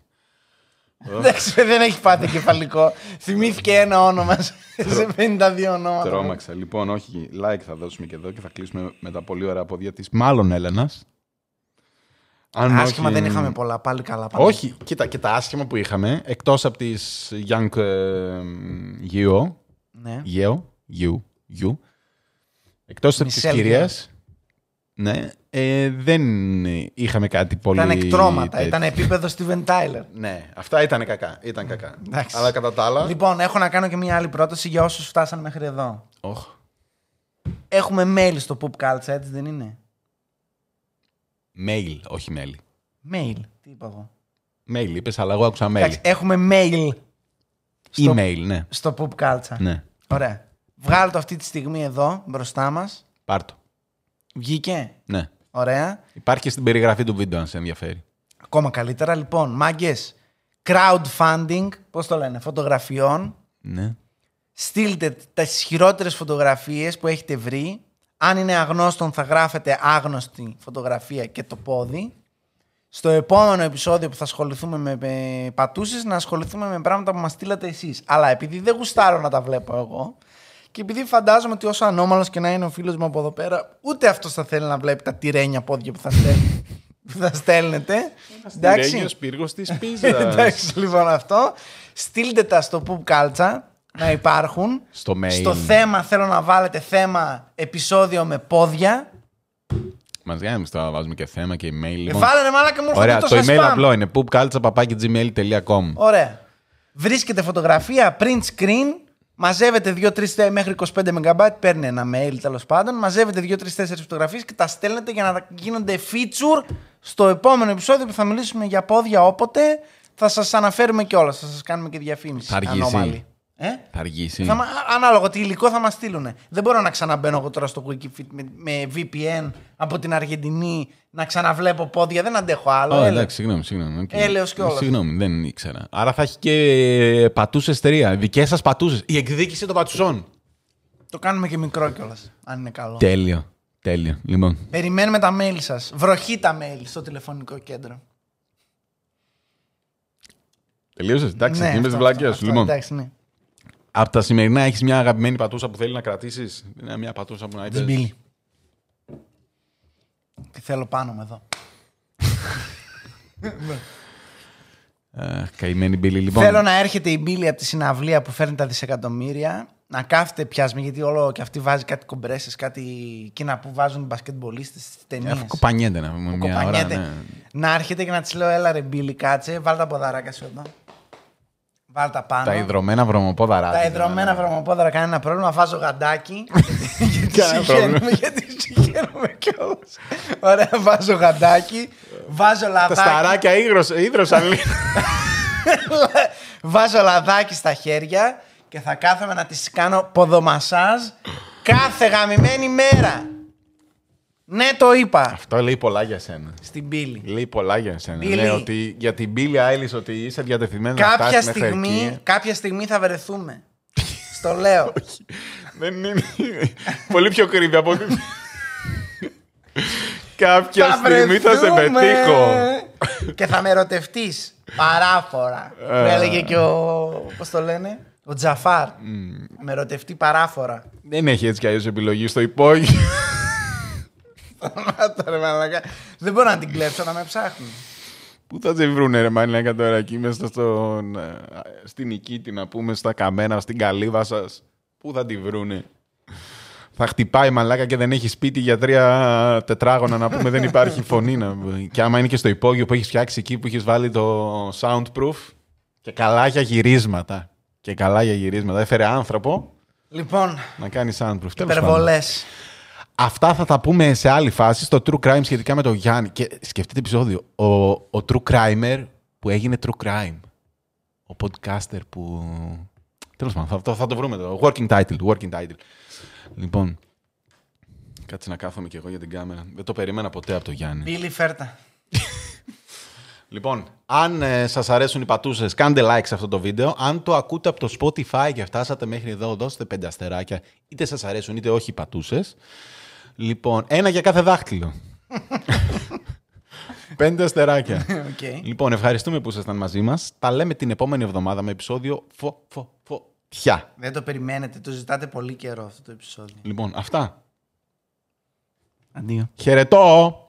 Εντάξει, δεν έχει πάθει κεφαλικό. Θυμήθηκε ένα όνομα σε 52 ονόματα.
Τρώμαξα. Λοιπόν, όχι, like θα δώσουμε και εδώ και θα κλείσουμε με τα πολύ ωραία αποδία της μάλλον Έλενας. Αν
Άσχημα
όχι-
δεν είχαμε πολλά. Πάλι καλά. πάλι.
Όχι, κοίτα, και τα άσχημα που είχαμε, εκτός από τις Young ε, Geo,
Ναι.
Geo, You, You, εκτός από τις
Michelle
κυρίες, ναι, ε, δεν είχαμε κάτι πολύ...
Ήταν εκτρώματα.
τέτοιο.
Ήταν επίπεδο Steven Tyler.
Ναι, αυτά ήταν κακά, ήταν κακά.
Εντάξει.
Αλλά κατά τα άλλα...
Λοιπόν, έχω να κάνω και μια άλλη πρόταση για όσους φτάσαν μέχρι εδώ.
Οχ,
Έχουμε mail στο Poop Culture, έτσι δεν είναι.
mail, όχι μέλι.
Mail. Τι είπα εγώ.
Mail είπες, αλλά εγώ άκουσα mail.
Εντάξει, έχουμε mail στο,
Email, ναι.
στο Poop Culture.
ναι.
Ωραία. Βγάλ το αυτή τη στιγμή εδώ μπροστά μας.
Πάρτο.
Βγήκε.
Ναι.
Ωραία.
Υπάρχει και στην περιγραφή του βίντεο, αν σε ενδιαφέρει.
Ακόμα καλύτερα. Λοιπόν, μάγκες. Crowdfunding. Πώς το λένε. Φωτογραφιών.
Ναι.
στείλτε τις χειρότερες φωτογραφίες που έχετε βρει. Αν είναι αγνώστον θα γράφετε άγνωστη φωτογραφία και το πόδι. Στο επόμενο επεισόδιο που θα ασχοληθούμε με ε, πατούσες να ασχοληθούμε με πράγματα που μας στείλατε εσείς. Αλλά επειδή δεν γουστάρω να τα βλέπω εγώ και επειδή φαντάζομαι ότι όσο ανώμαλος και να είναι ο φίλος μου από εδώ πέρα ούτε αυτός θα θέλει να βλέπει τα τυρένια πόδια που θα, στέλνει, που θα στέλνετε.
Ρέγιος πύργος της πίζας.
Εντάξει, λοιπόν αυτό. Στείλτε τα στο Poop Κάλτσα να υπάρχουν.
Στο mail.
Στο θέμα θέλω να βάλετε θέμα επεισόδιο με πόδια.
Μας κάνει τώρα βάζουμε και θέμα και email.
Ε,
Λοιπόν.
Βάλανε μάλακα μου έρχονται
Ωραία, το
τόσα
email
spam.
απλό είναι poopculture.gmail.com
Ωραία. Βρίσκετε φωτογραφία, print screen, μαζεύετε 2-3 μέχρι 25 MB, παίρνει ένα mail τέλος πάντων, μαζεύετε 2-3-4 φωτογραφίες και τα στέλνετε για να τα γίνονται feature στο επόμενο επεισόδιο που θα μιλήσουμε για πόδια όποτε. Θα σας αναφέρουμε και όλα, θα σας κάνουμε και διαφήμιση.
Θα αργήσει.
ανώμαλη. Ε?
Θα αργήσει.
Θα, μα- ανάλογο τι υλικό θα μας στείλουν. Δεν μπορώ να ξαναμπαίνω εγώ τώρα στο Wikifit με, με VPN από την Αργεντινή να ξαναβλέπω πόδια. Δεν αντέχω άλλο.
Ω,
Έλα.
εντάξει, συγγνώμη, συγγνώμη. οκ.
Έλεος κιόλας.
Συγγνώμη, δεν ήξερα. Άρα θα έχει και πατούσε τρία. Δικές σας πατούσες. Η εκδίκηση των πατουσών.
Το κάνουμε και μικρό κιόλας, αν είναι καλό.
Τέλειο. Τέλειο. Λοιπόν.
Περιμένουμε τα mail σας. Βροχή τα mail στο τηλεφωνικό κέντρο.
Τελείωσες. Εντάξει, ναι, με τι
αυτό,
βλακέ
αυτό,
σου.
αυτό,
Λοιπόν,
Εντάξει, ναι.
από τα σημερινά έχεις μια αγαπημένη πατούσα που θέλει να κρατήσεις. Είναι μια πατούσα που να είπες.
Τζιμπίλι. Τι θέλω πάνω με εδώ.
Αχ, Καημένη μπύλη, λοιπόν.
Θέλω να έρχεται η μπύλη από τη συναυλία που φέρνει τα δισεκατομμύρια. Να κάθεται πιασμένη, γιατί όλο και αυτή βάζει κάτι κομπρέσες, κάτι εκείνα που βάζουν οι μπασκετμπολίστες στις ταινίες.
Αφού κοπανιέται ε, να πούμε μια ώρα. ναι.
Να έρχεται και να της λέω: Έλα ρε μπύλη, κάτσε, βάλ τα ποδαράκια σου εδώ. Βάλ τα πάνω.
Τα ιδρωμένα βρωμοπόδαρα. ναι.
Τα εδρωμένα βρωμοπόδαρα κανένα πρόβλημα. Βάζω γαντάκι. γιατί
Κανένα
συγχαίρομαι,
πρόβλημα.
γιατί συγχαίρομαι κιόλας. Ωραία, βάζω γαντάκι. Βάζω
Τα
λαδάκι.
σταράκια ίδρωσαν ίδρωσαν λίγο.
βάζω λαδάκι στα χέρια και θα κάθομαι να τη κάνω ποδομασάζ κάθε γαμημένη μέρα. Ναι, το είπα.
Αυτό λέει πολλά για σένα.
Στην πύλη.
Λέει πολλά για σένα.
Billie.
Λέει ότι για την Billie Eilish ότι είσαι διατεθειμένος να
Κάποια
φτάσεις μέχρι
στιγμή,
εκεί.
κάποια στιγμή θα βρεθούμε. Στο λέω.
Δεν είναι. Πολύ πιο κρύβη από ότι. Κάποια στιγμή θα σε
βρεθούμε.
πετύχω. Ε.
Και θα με ερωτευτείς. Παράφορα. Που έλεγε και ο. Πώς το λένε. Ο Τζαφάρ.
Mm.
Με ρωτευτεί παράφορα.
Δεν έχει έτσι κι αλλιώς επιλογή στο υπόγειο.
Σταμάτα, ρε μαλάκα. Δεν μπορώ να την κλέψω να με ψάχνουν.
Πού θα σε βρούνε ρε μαλάκα τώρα εκεί μέσα στον, ε, στην Νικήτη να πούμε στα καμένα, στην καλύβα σας. Πού θα τη βρούνε. Θα χτυπάει μαλάκα και δεν έχει σπίτι για τρία τετράγωνα να πούμε δεν υπάρχει φωνή. Να... Και άμα είναι και στο υπόγειο που έχεις φτιάξει εκεί που έχεις βάλει το soundproof και καλά για γυρίσματα. Και καλά για γυρίσματα. Έφερε άνθρωπο
Λοιπόν,
να κάνει soundproof. Τέλος πάντων.
υπερβολέ.
Αυτά θα τα πούμε σε άλλη φάση στο True Crime σχετικά με τον Γιάννη. Και σκεφτείτε επεισόδιο. Ο, ο True Crimer που έγινε True Crime. Ο podcaster που. Τέλος πάντων, θα, το- θα το βρούμε το. Working title. Working title. Λοιπόν. Κάτσε να κάθομαι κι εγώ για την κάμερα. Δεν το περίμενα ποτέ από τον Γιάννη.
Πύλη φέρτα.
Λοιπόν, αν ε, σας αρέσουν οι πατούσες, κάντε like σε αυτό το βίντεο. Αν το ακούτε από το Spotify και φτάσατε μέχρι εδώ, δώστε πέντε αστεράκια. Είτε σας αρέσουν είτε όχι οι πατούσες. Λοιπόν, ένα για κάθε δάχτυλο. πέντε αστεράκια.
Οκ.
λοιπόν, ευχαριστούμε που ήσασταν μαζί μας. Τα λέμε την επόμενη εβδομάδα με επεισόδιο φω, φω, φωτιά.
Δεν το περιμένετε, το ζητάτε πολύ καιρό αυτό το επεισόδιο.
Λοιπόν, αυτά.
Αντίο.
Χαιρετώ!